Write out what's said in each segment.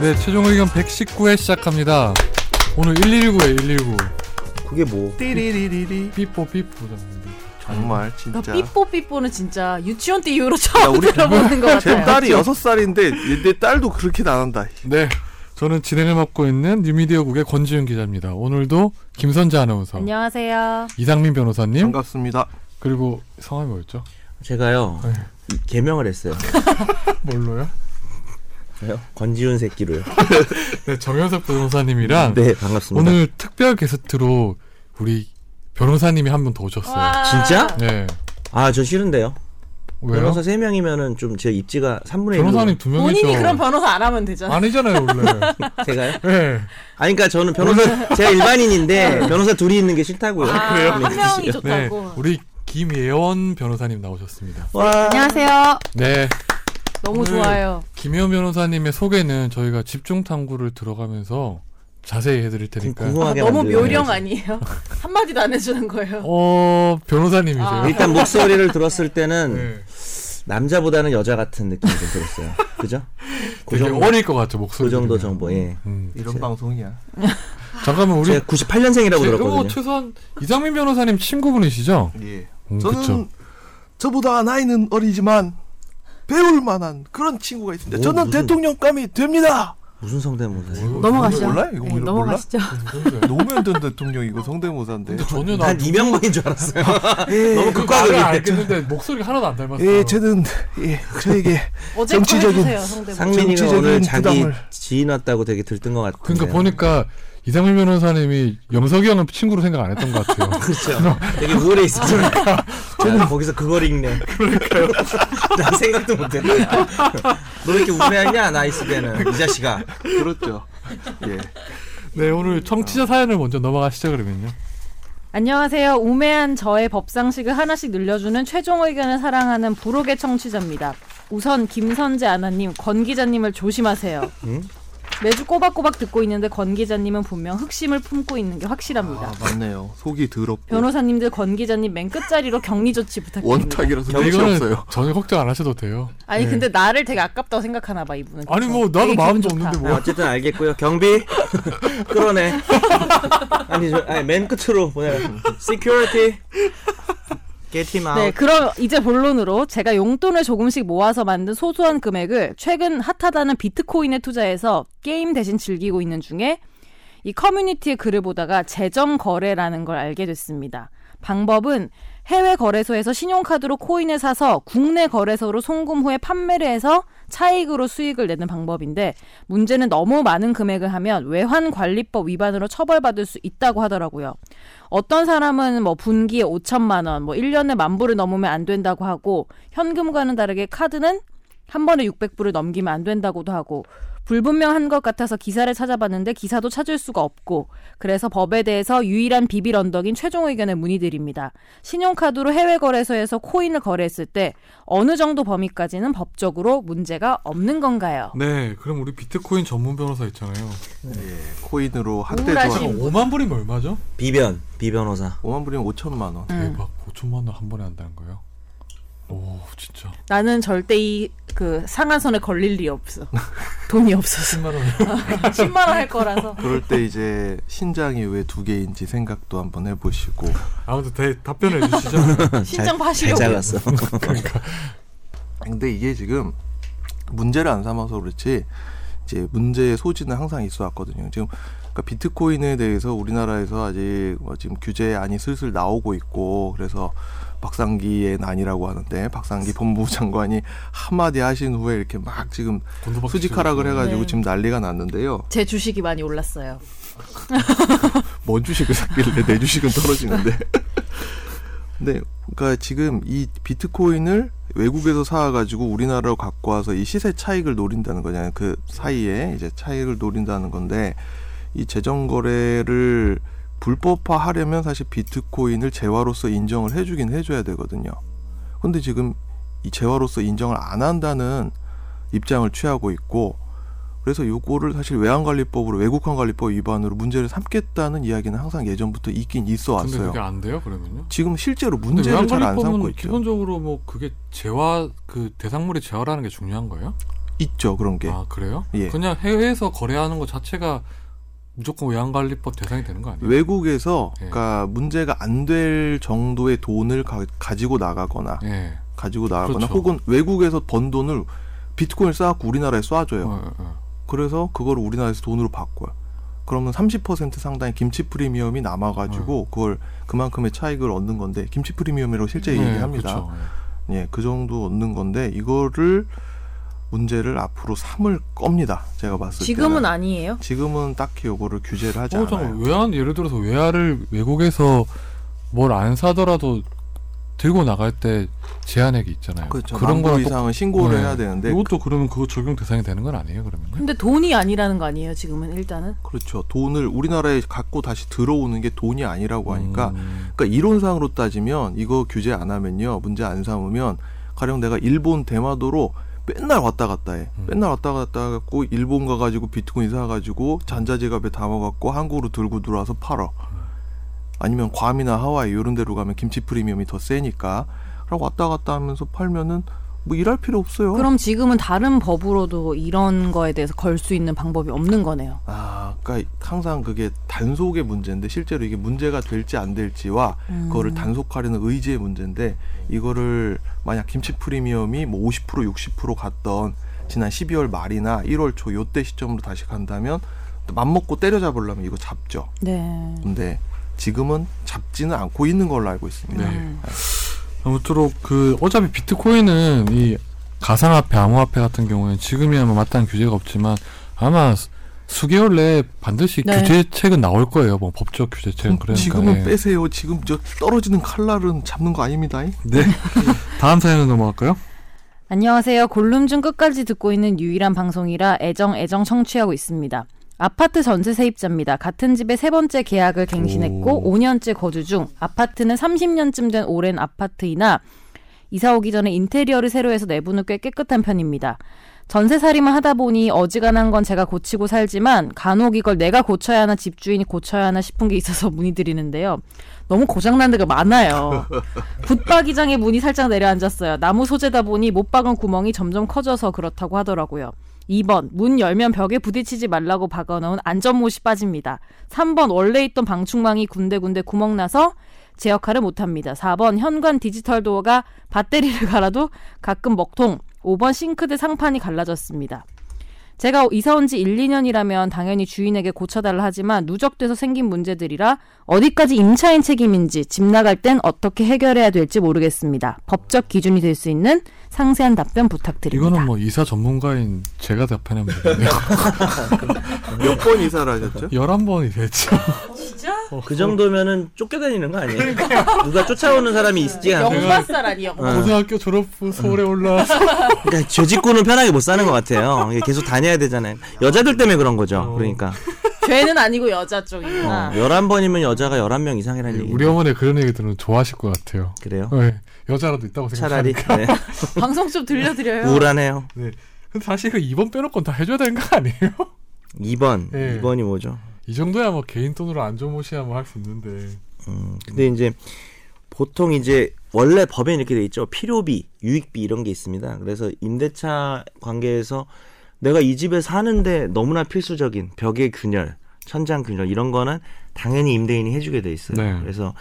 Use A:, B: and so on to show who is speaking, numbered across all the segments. A: 네, 최종 의견 119회 시작합니다. 오늘 119에 119.
B: 그게 뭐?
C: 띠리리리리
A: 삐뽀 삐뽀 잡는데.
C: 정말
D: 너
C: 진짜
D: 그 삐뽀 삐뽀는 진짜 유치원 때 이후로 처음
C: 우리
D: 들어보는 것
C: 제
D: 같아요.
C: 딸이 여섯 살인데 얘- 내 딸도 그렇게 나간다
A: 네, 저는 진행을 맡고 있는 뉴미디어국의 권지윤 기자입니다. 오늘도 김선재 아나운서,
D: 안녕하세요.
A: 이상민 변호사님,
C: 반갑습니다
A: 그리고 성함이 뭐였죠?
B: 제가요
A: 네.
B: 이- 개명을 했어요.
A: 뭘로요?
B: 저요? 권지훈 새끼로요.
A: 네, 정현석 변호사님이랑
B: 네 반갑습니다.
A: 오늘 특별 게스트로 우리 변호사님이 한 분 더 오셨어요.
B: 진짜?
A: 네,
B: 아 저 싫은데요.
A: 왜요?
B: 변호사 세 명이면은 좀 제 입지가 3분의 1로
A: 변호사님 두 명이죠.
D: 본인이 그런 변호사 안 하면 되잖아.
A: 아니잖아요 원래.
B: 제가요?
A: 네.
B: 아니 그러니까 저는 변호사 제가 일반인인데 변호사 둘이 있는 게 싫다고요.
D: 아, 한 명이
A: 네,
D: 좋다고.
A: 우리 김예원 변호사님 나오셨습니다.
B: 와
D: 안녕하세요.
A: 네,
D: 너무
A: 오늘-
D: 좋아요.
A: 김예원 변호사님의 소개는 저희가 집중 탐구를 들어가면서 자세히 해드릴 테니까.
D: 아,
B: 궁금하게
D: 너무
B: 만들어요.
D: 묘령 아니에요? 한마디도 안 해주는 거예요.
A: 어 변호사님이세요?
D: 아.
B: 일단 목소리를 들었을 때는
A: 네.
B: 남자보다는 여자 같은 느낌이 좀 들었어요. 그죠? 그
A: 되게
B: 정도,
A: 어릴 것 같죠 목소리.
B: 그 정도
A: 들으면.
B: 정보. 예.
A: 음.
C: 이런 방송이야
A: 잠깐만 우리
B: 제가 98년생이라고
A: 제- 어,
B: 들었거든요.
A: 최소한 이상민 변호사님 친구분이시죠?
C: 예
A: 음,
C: 저는
A: 그쵸.
C: 저보다 나이는 어리지만 배울 만한 그런 친구가 있습니다
B: 오,
C: 저는
B: 무슨-
C: 대통령감이 됩니다
B: 무슨 성대모사세요?
A: 어,
D: 넘어가시죠.
C: 몰라요? 이거
D: 네,
C: 몰라?
D: 넘어가시죠.
C: 그
A: 근데
C: 노무현 전 대통령이고 성대모사인데
A: 전혀 나 아,
B: 한 이명박인 줄 알았어요.
C: 예,
B: 너무
A: 말을
B: 극과극이
A: 알겠는데 목소리가 하나도 안 닮았어요.
C: 예 저는 예 저에게
D: 어제 거
C: 정치적인-
D: 해주세요, 성대모사.
B: 상민이가
C: 정치적인
B: 오늘 자기
C: 부담을.
B: 지인 왔다고 되게 들뜬 것 같은데.
A: 그러니까 보니까 이상민 변호사님이 염석이 형은 친구로 생각 안 했던 것 같아요.
B: 그렇죠. 되게 우울해 있었죠. 저는 거기서 그러니까. 그걸 읽네. 그러니까요. 나 생각도 못했네. 너왜 이렇게 우울해하냐 나 있을 때는 이 자식아.
C: 그렇죠 예
A: 네 오늘 청취자 사연을 먼저 넘어가시죠 그러면요.
D: 안녕하세요. 우매한 저의 법상식을 하나씩 늘려주는 최종 의견을 사랑하는 부록의 청취자입니다. 우선 김선재 아나님, 권 기자님을 조심하세요.
B: 음?
D: 매주 꼬박꼬박 듣고 있는데 권 기자님은 분명 흑심을 품고 있는 게 확실합니다.
C: 아, 맞네요 속이 더럽고
D: 변호사님들 권 기자님 맨 끝자리로 격리 조치 부탁드립니다.
C: 원탁이라서
A: 근데
C: 끝이 없어요
A: 전혀 걱정 안 하셔도 돼요.
C: 네.
D: 아니 근데 나를 되게 아깝다고 생각하나 봐 이분은.
A: 아니 뭐 나도
D: 되게
A: 마음
D: 기분 좋다.
A: 없는데
B: 아,
A: 뭐.
B: 어쨌든 알겠고요. 경비 끌어내. 아니 저 아니 맨 끝으로 보내. Security. Get him out.
D: 네, 그럼 이제 본론으로 제가 용돈을 조금씩 모아서 만든 소소한 금액을 최근 핫하다는 비트코인에 투자해서 게임 대신 즐기고 있는 중에 이 커뮤니티의 글을 보다가 재정 거래라는 걸 알게 됐습니다. 방법은 해외 거래소에서 신용카드로 코인을 사서 국내 거래소로 송금 후에 판매를 해서 차익으로 수익을 내는 방법인데 문제는 너무 많은 금액을 하면 외환 관리법 위반으로 처벌받을 수 있다고 하더라고요. 어떤 사람은 뭐 분기에 5천만 원, 뭐 1년에 만 불을 넘으면 안 된다고 하고 현금과는 다르게 카드는 한 번에 600불을 넘기면 안 된다고도 하고 불분명한 것 같아서 기사를 찾아봤는데 기사도 찾을 수가 없고 그래서 법에 대해서 유일한 비빌 언덕인 최종 의견을 문의드립니다. 신용카드로 해외 거래소에서 코인을 거래했을 때 어느 정도 범위까지는 법적으로 문제가 없는 건가요?
A: 네, 그럼 우리 비트코인 전문 변호사 있잖아요.
C: 코인으로 한대
D: 우울하신
C: 돈
A: 한 5만 불이면 얼마죠?
B: 비변 비변호사.
C: 5만 불이면 5천만 원
D: 음.
A: 대박, 5천만 네, 원 한 번에 한다는 거예요. 오, 진짜.
D: 나는 절대 이 그 상한선에 걸릴 일이 없어. 돈이 없어서
A: 10만 원.
D: 10만 원 할 거라서.
C: 그럴 때 이제 신장이 왜 두 개인지 생각도 한번 해보시고
A: 아무튼 대, 답변해 주시죠.
D: 신장
B: 잘
D: 파시려고.
B: 잘랐어.
C: 근데 이게 지금 문제를 안 삼아서 그렇지 이제 문제의 소지는 항상 있어 왔거든요 지금 그러니까 비트코인에 대해서 우리나라에서 아직 뭐 지금 규제안이 슬슬 나오고 있고 그래서 박상기의 난이라고 하는데 박상기 법무부 장관이 한마디 하신 후에 이렇게 막 지금
A: 곤두박질 치고
C: 수직하락을
A: 있어요.
C: 해가지고
D: 네.
C: 지금 난리가 났는데요
D: 제 주식이 많이 올랐어요.
C: 뭔 주식을 샀길래 내 주식은 떨어지는데. 네, 그러니까 지금 이 비트코인을 외국에서 사와가지고 우리나라로 갖고 와서 이 시세 차익을 노린다는 거냐, 그 사이에 이제 차익을 노린다는 건데 이 재정 거래를 불법화하려면 사실 비트코인을 재화로서 인정을 해주긴 해줘야 되거든요. 근데 지금 이 재화로서 인정을 안 한다는 입장을 취하고 있고 그래서 요거를 사실 외환관리법으로 외국환관리법 위반으로 문제를 삼겠다는 이야기는 항상 예전부터 있긴 있어
A: 근데
C: 왔어요.
A: 그게 안 돼요, 그러면요?
C: 지금 실제로
A: 근데
C: 문제를 잘 안 삼고
A: 외환관리법은
C: 있죠.
A: 기본적으로 뭐 그게 재화 그 대상물의 재화라는 게 중요한 거예요?
C: 있죠 그런 게.
A: 아 그래요?
C: 예.
A: 그냥 해외에서 거래하는 것 자체가 무조건 외환관리법 대상이 되는 거 아니에요?
C: 외국에서
A: 예.
C: 그러니까 문제가 안 될 정도의 돈을 가, 지고 나가거나
A: 예.
C: 가지고 나가거나
A: 그렇죠.
C: 혹은 외국에서 번 돈을 비트코인을 쌓고 우리나라에 쏴줘요.
A: 어, 어, 어.
C: 그래서 그걸 우리나라에서 돈으로 바꿔요. 그러면 30% 상당의 김치 프리미엄이 남아가지고
A: 어.
C: 그걸 그만큼의 차익을 얻는 건데 김치 프리미엄이라고 실제
A: 예,
C: 얘기합니다.
A: 그쵸.
C: 예, 그 정도 얻는 건데 이거를 문제를 앞으로 삼을 겁니다. 제가 봤을
E: 지금은
C: 때는.
E: 아니에요.
C: 지금은 딱히 요거를 규제를 하지
A: 어,
C: 않아요.
A: 잠깐 외환 예를 들어서 외화를 외국에서 뭘 안 사더라도 들고 나갈 때 제한액이 있잖아요.
C: 그렇죠.
A: 런
C: 런
A: 거랑 똑-
C: 이상은 신고를
A: 네.
C: 해야 되는데
A: 이것도 그러면 그거 적용 대상이 되는 건 아니에요, 그러면?
E: 근데 돈이 아니라는 거 아니에요, 지금은 일단은?
C: 그렇죠. 돈을 우리나라에 갖고 다시 들어오는 게 돈이 아니라고 하니까
A: 음,
C: 그러니까 이론상으로 따지면 이거 규제 안 하면요 문제 안 삼으면 가령 내가 일본 대마도로 맨날 왔다 갔다 해.
A: 음.
C: 맨날 왔다 갔다 갖고 일본 가가지고 비트코인 사가지고 잔자지갑에 담아갖고 한국으로 들고 들어와서 팔어. 아니면 괌이나 하와이 이런 데로 가면 김치 프리미엄이 더 세니까 그러고 왔다 갔다 하면서 팔면은 뭐 일할 필요 없어요.
D: 그럼 지금은 다른 법으로도 이런 거에 대해서 걸 수 있는 방법이 없는 거네요.
C: 아, 그러니까 항상 그게 단속의 문제인데 실제로 이게 문제가 될지 안 될지와
E: 음.
C: 그거를 단속하려는 의지의 문제인데 이거를 만약 김치 프리미엄이 뭐 50% 60% 갔던 지난 12월 말이나 1월 초 요때 시점으로 다시 간다면 또 맘먹고 때려잡으려면 이거 잡죠.
D: 네.
C: 근데 지금은 잡지는 않고 있는 걸로 알고 있습니다.
A: 네. 아무쪼록 그 어차피 비트코인은 이 가상화폐, 암호화폐 같은 경우는 지금이야 뭐 마땅한 규제가 없지만 아마 수- 수개월 내에 반드시
D: 네.
A: 규제책은 나올 거예요. 뭐 법적 규제책은 그러니까.
C: 음, 지금은
A: 예.
C: 빼세요. 지금 저 떨어지는 칼날은 잡는 거 아닙니다.
A: 네. 다음 사연으로 넘어갈까요?
D: 안녕하세요. 골룸 중 끝까지 듣고 있는 유일한 방송이라 애정 애정 청취하고 있습니다. 아파트 전세 세입자입니다. 같은 집에 세 번째 계약을 갱신했고
A: 오.
D: 5년째 거주 중 아파트는 30년쯤 된 오랜 아파트이나 이사 오기 전에 인테리어를 새로 해서 내부는 꽤 깨끗한 편입니다. 전세살이만 하다 보니 어지간한 건 제가 고치고 살지만 간혹 이걸 내가 고쳐야 하나 집주인이 고쳐야 하나 싶은 게 있어서 문의드리는데요. 너무 고장난 데가 많아요. 붙박이장에 문이 살짝 내려앉았어요. 나무 소재다 보니 못 박은 구멍이 점점 커져서 그렇다고 하더라고요. 2번 문 열면 벽에 부딪히지 말라고 박아놓은 안전못이 빠집니다. 3번 원래 있던 방충망이 군데군데 구멍 나서 제 역할을 못합니다. 4번 현관 디지털 도어가 배터리를 갈아도 가끔 먹통. 5번 싱크대 상판이 갈라졌습니다. 제가 이사 온 지 1, 2년이라면 당연히 주인에게 고쳐달라 하지만 누적돼서 생긴 문제들이라 어디까지 임차인 책임인지 집 나갈 땐 어떻게 해결해야 될지 모르겠습니다. 법적 기준이 될 수 있는 상세한 답변 부탁드립니다.
A: 이거는 뭐 이사 전문가인 제가 답하면 되겠네요.
C: 몇 번 이사를 하셨죠?
A: 11번이 됐죠.
B: 그 정도면은 쫓겨다니는 거 아니에요? 누가 쫓아오는 사람이 있지 않아요?
E: 영박살 아니에요.
A: 고등학교 졸업 후 서울에 올라와서
B: 그러니까 조직구는 편하게 못 사는 것 같아요. 이게 계속 다녀야 되잖아요. 여자들 때문에 그런 거죠. 그러니까
E: 죄는 아니고 여자 쪽이구나.
B: 어, 11번이면 여자가 11명 이상이라는 얘기.
A: 예, 우리 어머니 그런 얘기 들으면 좋아하실 것 같아요.
B: 그래요?
A: 네. 여자라도 있다고
B: 차라리
A: 생각하니까.
B: 네.
E: 방송 좀 들려드려요.
B: 우울하네요.
A: 네. 근데 사실 그 2번 빼놓고는 다 해줘야 되는 거 아니에요?
B: 2번.
A: 네.
B: 2번이 뭐죠?
A: 이 정도야 뭐 개인 돈으로 안전모시야 뭐 할 수 있는데.
B: 음, 근데 이제 보통 이제 원래 법에 이렇게 돼 있죠. 필요비, 유익비 이런 게 있습니다. 그래서 임대차 관계에서 내가 이 집에 사는데 너무나 필수적인 벽의 균열, 천장 균열 이런 거는 당연히 임대인이 해주게 돼 있어요.
A: 네.
B: 그래서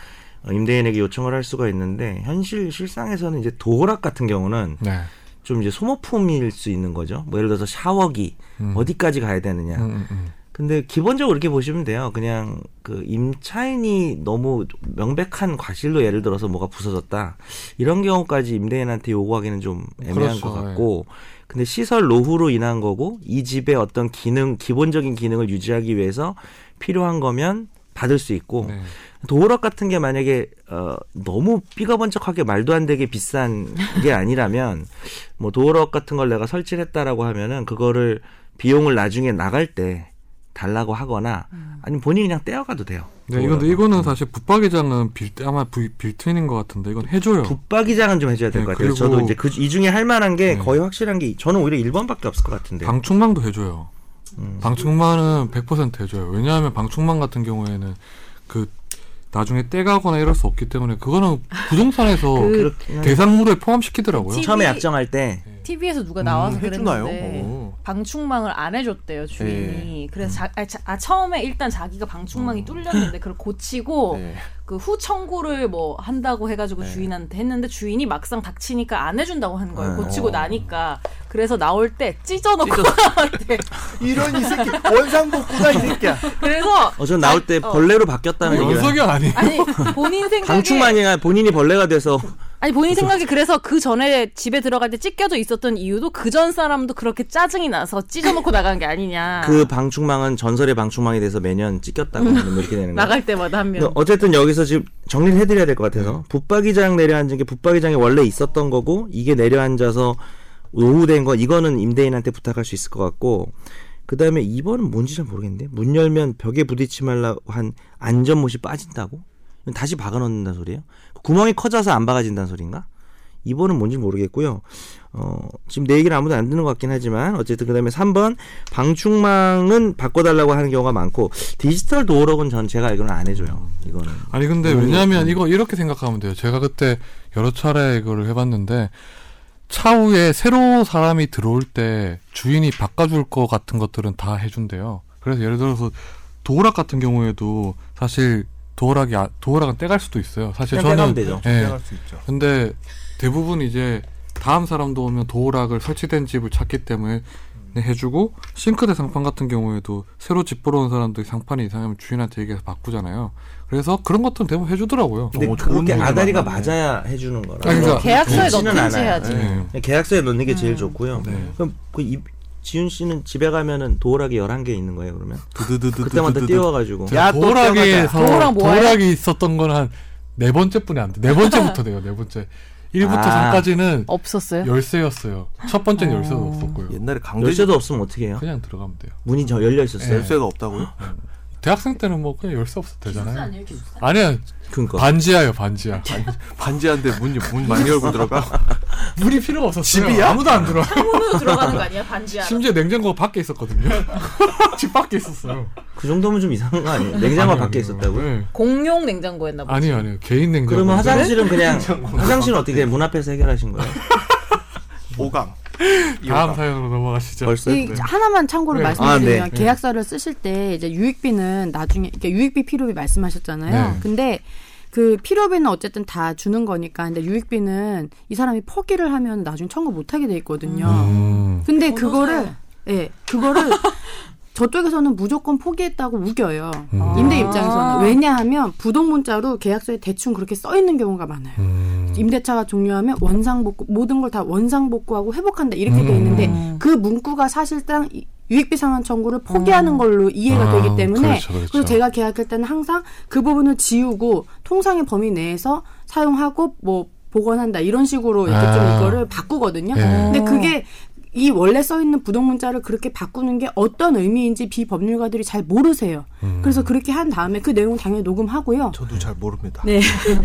B: 어, 임대인에게 요청을 할 수가 있는데 현실 실상에서는 이제 도호락 같은 경우는
A: 네.
B: 좀 이제 소모품일 수 있는 거죠. 뭐 예를 들어서 샤워기
A: 음.
B: 어디까지 가야 되느냐.
A: 음, 음, 음.
B: 근데 기본적으로 이렇게 보시면 돼요. 그냥 그 임차인이 너무 명백한 과실로 예를 들어서 뭐가 부서졌다 이런 경우까지 임대인한테 요구하기는 좀 애매한
A: 그렇죠.
B: 것 같고, 근데 시설 노후로 인한 거고 이 집의 어떤 기능 기본적인 기능을 유지하기 위해서 필요한 거면 받을 수 있고
A: 네.
B: 도어락 같은 게 만약에 어 너무 삐가번쩍하게 말도 안 되게 비싼 게 아니라면 뭐 도어락 같은 걸 내가 설치를 했다라고 하면은 그거를 비용을 나중에 나갈 때 달라고 하거나 아니면 본인이 그냥 떼어가도 돼요.
A: 네, 이건 이거는 사실 붙박이장은 빌 아마 빌, 빌트인인 것 같은데 이건 해줘요.
B: 붙박이장은 좀 해줘야 될
A: 네,
B: 것 같아요.
A: 그리고-
B: 저도 이제 그 이 중에 할 만한 게
A: 네.
B: 거의 확실한 게 저는 오히려 1번밖에 없을 것 같은데.
A: 방충망도 해줘요.
B: 음.
A: 방충망은 100% 해줘요. 왜냐하면 방충망 같은 경우에는 그 나중에 떼가거나 이럴 수 없기 때문에 그거는 부동산에서
D: 그
B: 그렇긴 한데
A: 대상물에 포함시키더라고요.
E: 지-
B: 처음에 약정할 때
A: 네.
E: TV에서 누가 나와서
C: 음, 해주나요?
E: 아, 그랬는데
C: 어.
E: 방충망을 안 해줬대요 주인이. 그래서 자, 아, 자- 아, 처음에 일단 자기가 방충망이 뚫렸는데 그걸 고치고
C: 네.
E: 그 후 청구를 뭐 한다고 해가지고 주인한테 했는데 주인이 막상 닥치니까 안 해준다고 한 거예요.
C: 네.
E: 고치고
C: 어.
E: 나니까 그래서 나올 때 찢어놓고 나왔대.
C: 이런 이 새끼 원상복구다 이 새끼야.
E: 그래서
B: 어전 나올 때
E: 어. 네.
B: 벌레로 바뀌었다는 얘기가
A: 연석이 아니에요.
E: 아니 본인 생각에
B: 방충망이 아니라 본인이 벌레가 돼서
E: 아니 본인 생각에 그래서 그 전에 집에 들어갈 때 찢겨져 있었던 이유도 그 전 사람도 그렇게 짜증이 나서 찢어놓고 나간 게 아니냐.
B: 그 방충망은 전설의 방충망이 돼서 매년 찢겼다고 하면 이렇게 되는 거예요.
E: 나갈 때마다 한
B: 근데
E: 명.
B: 어쨌든 여기서 지금 정리를 해드려야 될 것 같아서 붙박이장 내려앉은 게 붙박이장에 원래 있었던 거고 이게 내려앉아서 노후된 거 이거는 임대인한테 부탁할 수 있을 것 같고 그 다음에 2번은 뭔지 잘 모르겠는데 문 열면 벽에 부딪히 말라고 한 안전못이 빠진다고? 이건 다시 박아놓는다는 소리예요? 구멍이 커져서 안 박아진다는 소리인가? 2번은 뭔지 모르겠고요. 어, 지금 내 얘기를 아무도 안 듣는 것 같긴 하지만 어쨌든 그다음에 3번 방충망은 바꿔달라고 하는 경우가 많고 디지털 도어록은 전 제가 알기로는 안 해줘요. 이거는
A: 아니 근데
B: 음.
A: 왜냐하면 이거 이렇게 생각하면 돼요. 제가 그때 여러 차례 이거를 해봤는데 차후에 새로 사람이 들어올 때 주인이 바꿔줄 거 같은 것들은 다 해준대요. 그래서 예를 들어서 도어락 같은 경우에도 사실 도어락이 아- 도어락은 떼갈 수도 있어요. 사실
B: 그냥
A: 저는
B: 떼가면 되죠.
A: 예.
C: 생각할 수 있죠.
A: 근데 대부분 이제 다음 사람도 오면 도어락을 설치된 집을 찾기 때문에 해주고 싱크대 상판 같은 경우에도 새로 집 보러 온 사람들이 상판이 이상하면 주인한테 얘기해서 바꾸잖아요. 그래서 그런 것들은 대부분 해주더라고요.
B: 근데
C: 어, 좋은
B: 그게
C: 분들
B: 아다리가
C: 만났네.
B: 맞아야 해주는 거라.
A: 아니, 그러니까
E: 계약서에
B: 그렇지는
E: 넣든지
B: 않아요.
E: 해야지. 음.
A: 예.
B: 그냥 계약서에 넣는 게 제일 좋고요.
A: 네.
B: 그럼 그 이, 지윤 씨는 집에 가면은 도어락이 11개 있는 거예요, 그러면?
C: 두두두두두두두.
B: 그때마다 띄워가지고.
C: 야, 또
A: 도락에서
E: 도어락 뭐예요?
A: 도락이 있었던 건 한 네 번째뿐이 안 돼. 네 번째부터 돼요. 네 번째. 1부터
B: 아.
A: 3까지는 네?
E: 없었어요.
A: 열쇠였어요. 첫 번째는
E: 어.
A: 열쇠도 없었고요.
C: 옛날에 강제
B: 열쇠도 없으면 어떻게 해요?
A: 그냥 들어가면 돼요.
B: 문이 저 열려 있었어요.
C: 열쇠가 없다고요?
A: 대학생 때는 뭐 그냥 열쇠 없어도 되잖아요. 아니야
B: 그러니까.
A: 반지하요 반지하.
C: 반지한데 문이 문 많이 열고 들어가.
A: 물이 필요가 없었어요.
C: 집이야?
A: 아무도 안 들어.
E: 창문으로 들어가는 거 아니야 반지 하나.
A: 심지어 냉장고가 밖에 있었거든요. 집 밖에 있었어요.
B: 그 정도면 좀 이상한 거 아니에요? 냉장고
A: 아니요,
B: 밖에
A: 아니요.
B: 있었다고요?
A: 네.
E: 공용 냉장고였나 봐.
A: 아니요 아니요 뭐. 개인 냉장고.
B: 그러면 화장실은 그냥 화장실은 어떻게 돼요? 문 앞에서 해결하신 거예요?
C: 오감.
A: 다음 사연으로 넘어가시죠.
B: 벌써
F: 이 하나만 참고로
A: 네.
F: 말씀드리면
B: 아, 네.
F: 계약서를 쓰실 때 이제 유익비는 나중에 이렇게 유익비 필요비 말씀하셨잖아요.
A: 네.
F: 근데 그 필요비는 어쨌든 다 주는 거니까 근데 유익비는 이 사람이 포기를 하면 나중에 청구 못 하게 돼 있거든요.
A: 음.
F: 근데
E: 번호
F: 그거를
E: 사야.
F: 예, 그거를 저쪽에서는 무조건 포기했다고 우겨요.
A: 음.
F: 임대
E: 아.
F: 입장에서는 왜냐하면 부동 문자로 계약서에 대충 그렇게 써 있는 경우가 많아요.
A: 음.
F: 임대차가 종료하면 원상복구 모든 걸 다 원상복구하고 회복한다 이렇게 돼
A: 음.
F: 있는데 그 문구가 사실상 이- 유익비 상환 청구를 포기하는 걸로 이해가
A: 아,
F: 되기 때문에
A: 그렇죠, 그렇죠.
F: 그래서 제가 계약할 때는 항상 그 부분을 지우고 통상의 범위 내에서 사용하고 뭐 복원한다 이런 식으로 이렇게
A: 아.
F: 좀 이거를 바꾸거든요.
A: 예.
F: 근데 그게 이 원래 써 있는 부동 문자를 그렇게 바꾸는 게 어떤 의미인지 비법률가들이 잘 모르세요.
A: 음.
F: 그래서 그렇게 한 다음에 그 내용 당연히 녹음하고요.
C: 저도 잘 모릅니다.
F: 네.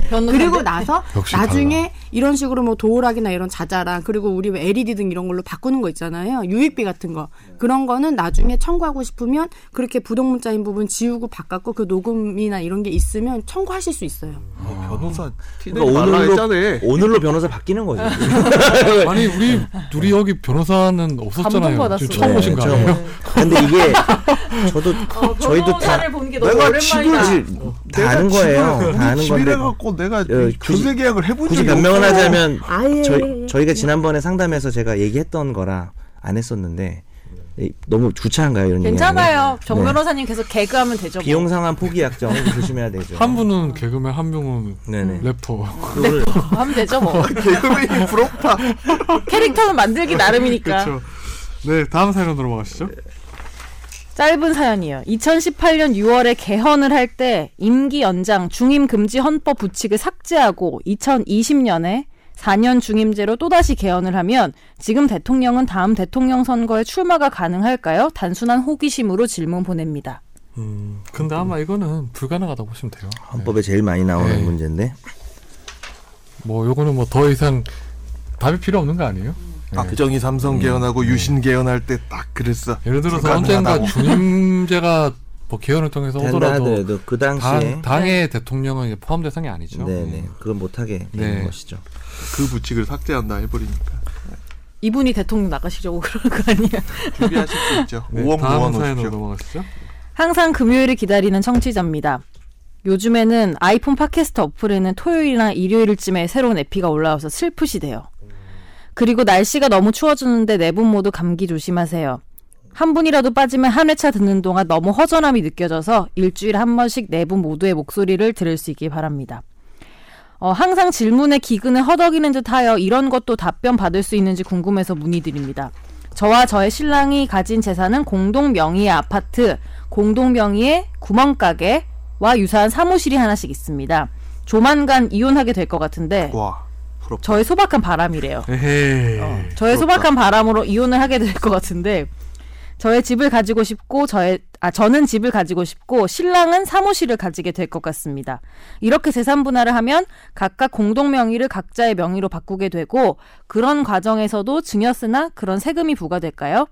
E: 변호사.
F: 그리고 나서
A: 역시
F: 나중에 이런 식으로 뭐 도어락이나 이런 자자랑 그리고 우리 뭐 왜 LED 등 이런 걸로 바꾸는 거 있잖아요. 유익비 같은 거. 그런 거는 나중에 청구하고 싶으면 그렇게 부동문자인 부분 지우고 바꿨고 그 녹음이나 이런 게 있으면 청구하실 수 있어요.
C: 어, 변호사 티내지
B: 그러니까
C: 말라
B: 오늘로-
C: 했잖아.
B: 오늘로 변호사 바뀌는 거죠.
A: 아. 아니 우리 우리 여기 변호사는 없었잖아요.
E: 감동받았어요.
A: 지금 처음 오신 거
B: 네,
A: 아니에요?
B: 근데 이게 저도 저희도
E: 어,
B: 다
E: 변호사를 본게 너무
C: 내가 집을
E: 오랜만이다.
C: 지-
B: 다 아는 거예요. 다 아는
C: 집을
B: 건데
C: 뭐. 해갖고 내가
B: 굳이-
C: 교세 계약을 해본
B: 굳이
C: 적이
B: 변명을
C: 없어.
B: 하자면
F: 아예
B: 저희, 저희가 지난번에 상담에서 제가 얘기했던 거라 안 했었는데 이- 너무 주차한가요 이런 얘기?
E: 괜찮아요. 정
B: 네.
E: 변호사님 계속 개그하면 되죠. 뭐.
B: 비용 상환 포기 약정 조심해야 되죠.
A: 한 분은 개그맨 한 명은
B: 네네.
A: 래퍼.
B: 그거를
A: 네.
E: 하면 되죠 뭐.
C: 개그맨이 부럽다.
E: 캐릭터는 만들기 나름이니까.
A: 그렇죠. 네 다음 사연으로 넘어가시죠.
D: 짧은 사연이에요. 2018년 6월에 개헌을 할 때 임기 연장 중임 금지 헌법 부칙을 삭제하고 2020년에 4년 중임제로 또다시 개헌을 하면 지금 대통령은 다음 대통령 선거에 출마가 가능할까요? 단순한 호기심으로 질문 보냅니다.
A: 음, 근데 아마 이거는 불가능하다고 보시면 돼요.
B: 헌법에 제일 많이 나오는
A: 네.
B: 문제인데
A: 뭐 요거는 뭐 더 이상 답이 필요 없는 거 아니에요?
C: 박정희 네. 삼성 개헌하고 유신 개헌할 때 딱 그랬어.
A: 예를 들어서
C: 불가능하다고.
A: 언젠가 중임제가 뭐 개헌을 통해서
B: 된다
A: 오더라도
B: 하더라도 그 당시에
A: 당,
E: 네.
A: 당의 대통령은 이제 포함 대상이 아니죠. 예.
B: 네네 그건 못하게 되는
A: 그렇죠. 네.
B: 것이죠.
C: 그 부칙을 삭제한다 해버리니까
E: 이분이 대통령 나가시려고 그러는 거 아니에요?
C: 준비하실 수 있죠.
A: 네,
C: 5원 모아
A: 다음 사연으로
C: 놓으십시오.
A: 넘어가시죠.
D: 항상 금요일을 기다리는 청취자입니다. 요즘에는 아이폰 팟캐스트 어플에는 토요일이나 일요일쯤에 새로운 에피가 올라와서 슬프시대요. 그리고 날씨가 너무 추워지는데 네 분 모두 감기 조심하세요. 한 분이라도 빠지면 한 회차 듣는 동안 너무 허전함이 느껴져서 일주일에 한 번씩 네 분 모두의 목소리를 들을 수 있길 바랍니다. 어, 항상 질문에 기근을 허덕이는 듯하여 이런 것도 답변 받을 수 있는지 궁금해서 문의드립니다. 저와 저의 신랑이 가진 재산은 공동 명의의 아파트, 공동 명의의 구멍가게와 유사한 사무실이 하나씩 있습니다. 조만간 이혼하게 될 것 같은데
C: 와 부럽다.
D: 저의 소박한 바람이래요.
A: 네, 에헤이.
C: 부럽다.
D: 저의 소박한 바람으로 이혼을 하게 될 것 같은데 저의 집을 가지고 싶고 저의 아 저는 집을 가지고 싶고 신랑은 사무실을 가지게 될 것 같습니다. 이렇게 재산 분할을 하면 각각 공동 명의를 각자의 명의로 바꾸게 되고 그런 과정에서도 증여세나 그런 세금이 부과될까요?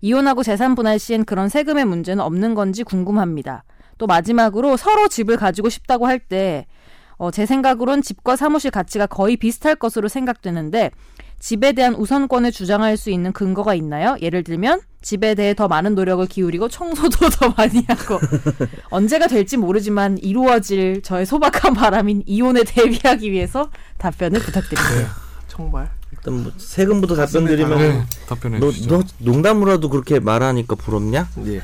D: 이혼하고 재산 분할 시엔 그런 세금의 문제는 없는 건지 궁금합니다. 또 마지막으로 서로 집을 가지고 싶다고 할 때 어, 제 생각으론 집과 사무실 가치가 거의 비슷할 것으로 생각되는데 집에 대한 우선권을 주장할 수 있는 근거가 있나요? 예를 들면 집에 대해 더 많은 노력을 기울이고 청소도 더 많이 하고 언제가 될지 모르지만 이루어질 저의 소박한 바람인 이혼에 대비하기 위해서 답변을 부탁드립니다.
C: 정말
B: 일단 뭐 세금부터 답변
A: 네, 그렇죠.
B: 드리면
A: 답변해
B: 너,
A: 주시죠.
B: 너 농담으로라도 그렇게 말하니까 부럽냐?
C: 예.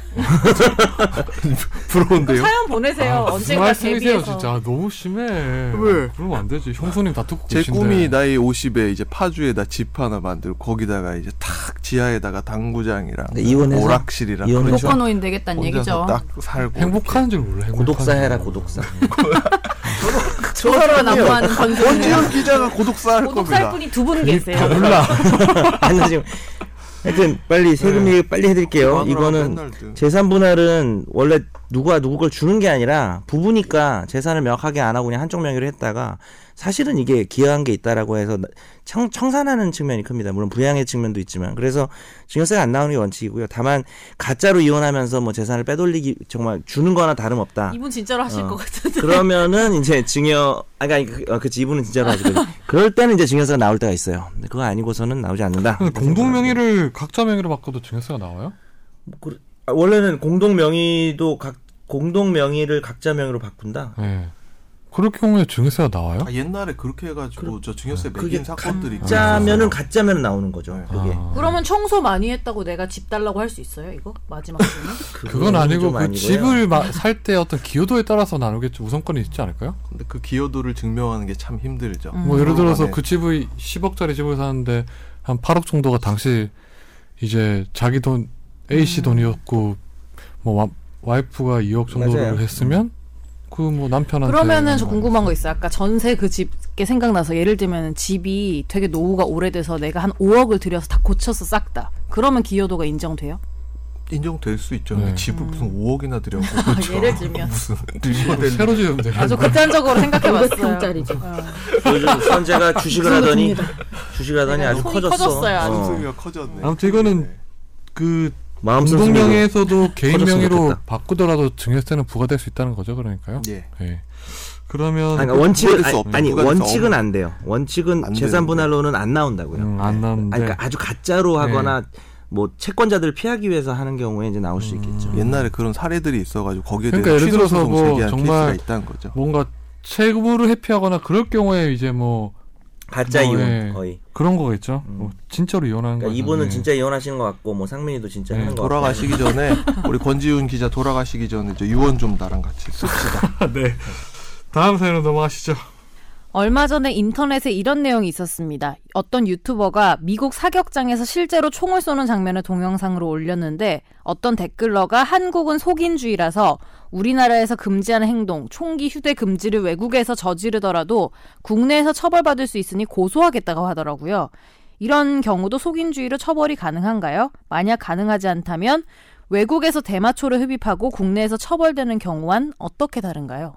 A: 부러운데요.
E: 사연 보내세요.
A: 아, 무슨
E: 언젠가
A: 말씀이세요,
E: 데뷔해서.
A: 진짜 아, 너무 심해.
C: 왜?
A: 그러면 안 되지. 형수님 다투고
C: 제
A: 계신데.
C: 꿈이 나이 50에 이제 파주에다 집 하나 만들고 거기다가 이제 탁 지하에다가 당구장이랑
B: 네, 이혼해서?
C: 오락실이랑
B: 이혼해서?
A: 그렇죠.
C: 그런 거
F: 독거노인 되겠다는
C: 혼자서
F: 얘기죠.
C: 딱 살고
A: 행복한 줄 몰라. 행복한
B: 고독사
A: 줄.
B: 해라 고독사.
F: 조서로 납부하는
C: 권지현 기자가 고독사 할
E: 고독살
C: 겁니다.
E: 분이 두 분
A: 그러니까.
E: 계세요.
A: 몰라.
B: 아니 지금 하여튼 빨리 세금 얘기 빨리 해드릴게요.
C: 그만하라고
B: 이거는
C: 맨날 등.
B: 재산 분할은 원래 누가 누구 걸 주는 게 아니라 부부니까 재산을 명확하게 안 하고 그냥 한쪽 명의로 했다가 사실은 이게 기여한 게 있다라고 해서 나- 청, 청산하는 측면이 큽니다. 물론 부양의 측면도 있지만 그래서 증여세가 안 나오는 게 원칙이고요. 다만 가짜로 이혼하면서 뭐 재산을 빼돌리기 정말 주는 거나 다름없다.
E: 이분 진짜로 하실
B: 어.
E: 것 같은데.
B: 그러면은 이제 증여 아까 그, 어, 그치 이분은 진짜로 하시고 그럴 때는 이제 증여세가 나올 때가 있어요. 근데 그거 아니고서는 나오지 않는다.
A: 근데 공동 명의를 각자 명의로 바꿔도 증여세가 나와요?
B: 그- 아, 원래는 공동 명의도 각 공동 명의를 각자 명의로 바꾼다.
A: 예. 그럴 경우에 증여세가 나와요?
C: 아, 옛날에 그렇게 해가지고 저 증여세
B: 그게
C: 매긴 사건들이
B: 가짜면은 가짜면 나오는 거죠. 그게.
A: 아.
E: 그러면 청소 많이 했다고 내가 집 달라고 할 수 있어요? 이거 마지막 질문.
A: 그건 아니고
B: 좀
A: 그
B: 아니고요.
A: 집을 살 때 어떤 기여도에 따라서 나누겠죠. 우선권이 있지 않을까요?
C: 근데 그 기여도를 증명하는 게 참 힘들죠.
A: 뭐 예를 들어서
B: 네.
C: 그동안에.
A: 그 집을 10억짜리 집을 사는데 한 8억 정도가 당시 이제 자기 돈 A
B: 음.
A: 씨 돈이었고 뭐 와, 와이프가 2억 정도를
B: 맞아요.
A: 했으면 그 뭐
D: 아,
A: 남편한테
E: 그러면은 저 궁금한 거 있어요. 아까 전세 그 집게 생각나서 예를 들면 집이 되게 노후가 오래돼서 내가 한 5억을 들여서 다 고쳐서 싹다. 그러면 기여도가 인정돼요?
C: 인정될 수 있죠.
A: 네.
C: 근데 집을 무슨 5억이나 들여 그렇죠.
E: 예를 들면.
C: 무슨
A: 뭐
C: 리모델링
A: 새로
B: 네.
A: 지으면 되는
E: 아주
A: 거
E: 극단적으로 생각해봤어요.
D: 500평짜리죠.
B: 요즘 선재가 주식을 하더니 주식을 하더니 아주
E: 손이 커졌어요, 아주.
B: 커졌어. 어.
C: 목소리가 커졌네.
A: 아무튼 이거는 그
B: 마음
A: 공동
B: 에
A: 명의에서도 개인
B: 커졌으면
A: 명의로
B: 좋겠다.
A: 바꾸더라도 증여세는 부과될 수 있다는 거죠, 그러니까요?
C: 예.
A: 예. 그러면
B: 아니, 그러니까 원칙은
C: 부과될 수
B: 아니,
C: 없죠.
B: 아니,
C: 부과될 수
B: 원칙은
C: 없는.
B: 안 돼요. 원칙은
C: 안
B: 재산
C: 되는데.
B: 분할로는 안 나온다고요.
A: 음, 안 나는데
B: 아니, 그러니까 아주 가짜로 하거나 뭐 채권자들을 피하기 위해서 하는 경우에 이제 나올 수 있겠죠.
C: 옛날에 그런 사례들이 있어가지고 거기에
A: 그러니까
C: 대해서
A: 예를 들어서
C: 취소소송
A: 뭐
C: 제기한
A: 정말
C: 케이스가 있다는 거죠.
A: 뭔가 채무를 회피하거나 그럴 경우에 이제 뭐
B: 가짜
A: 뭐,
B: 이혼
A: 예.
B: 거의. 음.
A: 그런 거겠죠. 뭐 진짜로 예. 이혼하는
B: 그러니까
A: 거.
B: 이분은 진짜 이혼하시는 것 같고 뭐 상민이도 진짜
A: 네,
B: 하는 것 같고.
C: 돌아가시기 전에 우리 권지훈 기자 돌아가시기 전에 이제 유언 좀 나랑 같이
A: 그
C: 씁시다.
A: 네. 다음 사연으로 넘어가시죠.
D: 얼마 전에 인터넷에 이런 내용이 있었습니다. 어떤 유튜버가 미국 사격장에서 실제로 총을 쏘는 장면을 동영상으로 올렸는데 어떤 댓글러가 한국은 속인주의라서 우리나라에서 금지하는 행동, 총기 휴대 금지를 외국에서 저지르더라도 국내에서 처벌받을 수 있으니 고소하겠다고 하더라고요. 이런 경우도 속인주의로 처벌이 가능한가요? 만약 가능하지 않다면 외국에서 대마초를 흡입하고 국내에서 처벌되는 경우와는 어떻게 다른가요?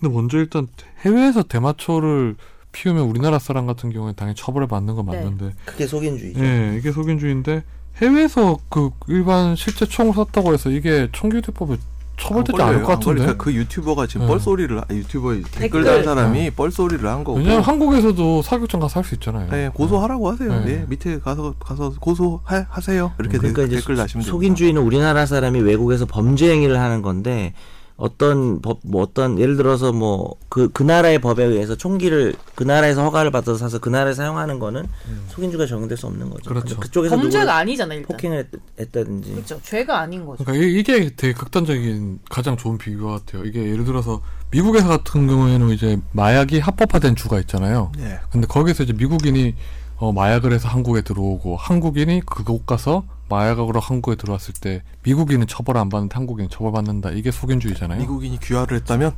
A: 근데 먼저 일단 해외에서 대마초를 피우면 우리나라 사람 같은 경우에 당연히 처벌을 받는 건
D: 네.
A: 맞는데.
B: 크게 속인주의죠.
A: 예, 이게 속인주의인데 해외에서 그 일반 실제 총을 쐈다고 해서 이게 총기유대법에 처벌되지 않을 것 같은데.
C: 그러니까 그 유튜버가 지금
A: 네.
C: 뻘소리를 아, 유튜버에
E: 댓글.
C: 댓글 단 사람이 뻘소리를 한 거고.
A: 왜냐면 한국에서도 사격장 가서 할 수 있잖아요.
C: 네, 고소하라고 하세요.
A: 네.
C: 네, 밑에 가서 가서 고소하세요. 이렇게
B: 그러니까
C: 데-
B: 이제
C: 댓글 다시면 됩니다.
B: 속인주의는 우리나라 사람이 외국에서 범죄 행위를 하는 건데 어떤 법, 뭐 어떤 예를 들어서 뭐 그 그 나라의 법에 의해서 총기를 그 나라에서 허가를 받아서 사서 그 나라에 사용하는 거는 속인주가 적용될 수 없는 거죠.
A: 그렇죠.
B: 근데 그쪽에서 누구를
E: 범죄가 아니잖아 일단.
B: 폭행을 했- 했다든지
E: 그렇죠. 죄가 아닌 거죠.
A: 그러니까 이- 이게 되게 극단적인 가장 좋은 비교 같아요. 이게 예를 들어서 미국에서 같은 경우에는 이제 마약이 합법화된 주가 있잖아요.
C: 네.
A: 근데 거기서 이제 미국인이 어, 마약을 해서 한국에 들어오고 한국인이 그곳 가서 마약으로 한국에 들어왔을 때 미국인은 처벌 안 받는데 한국인은 처벌받는다. 이게 소견주의잖아요.
C: 미국인이 귀화를 했다면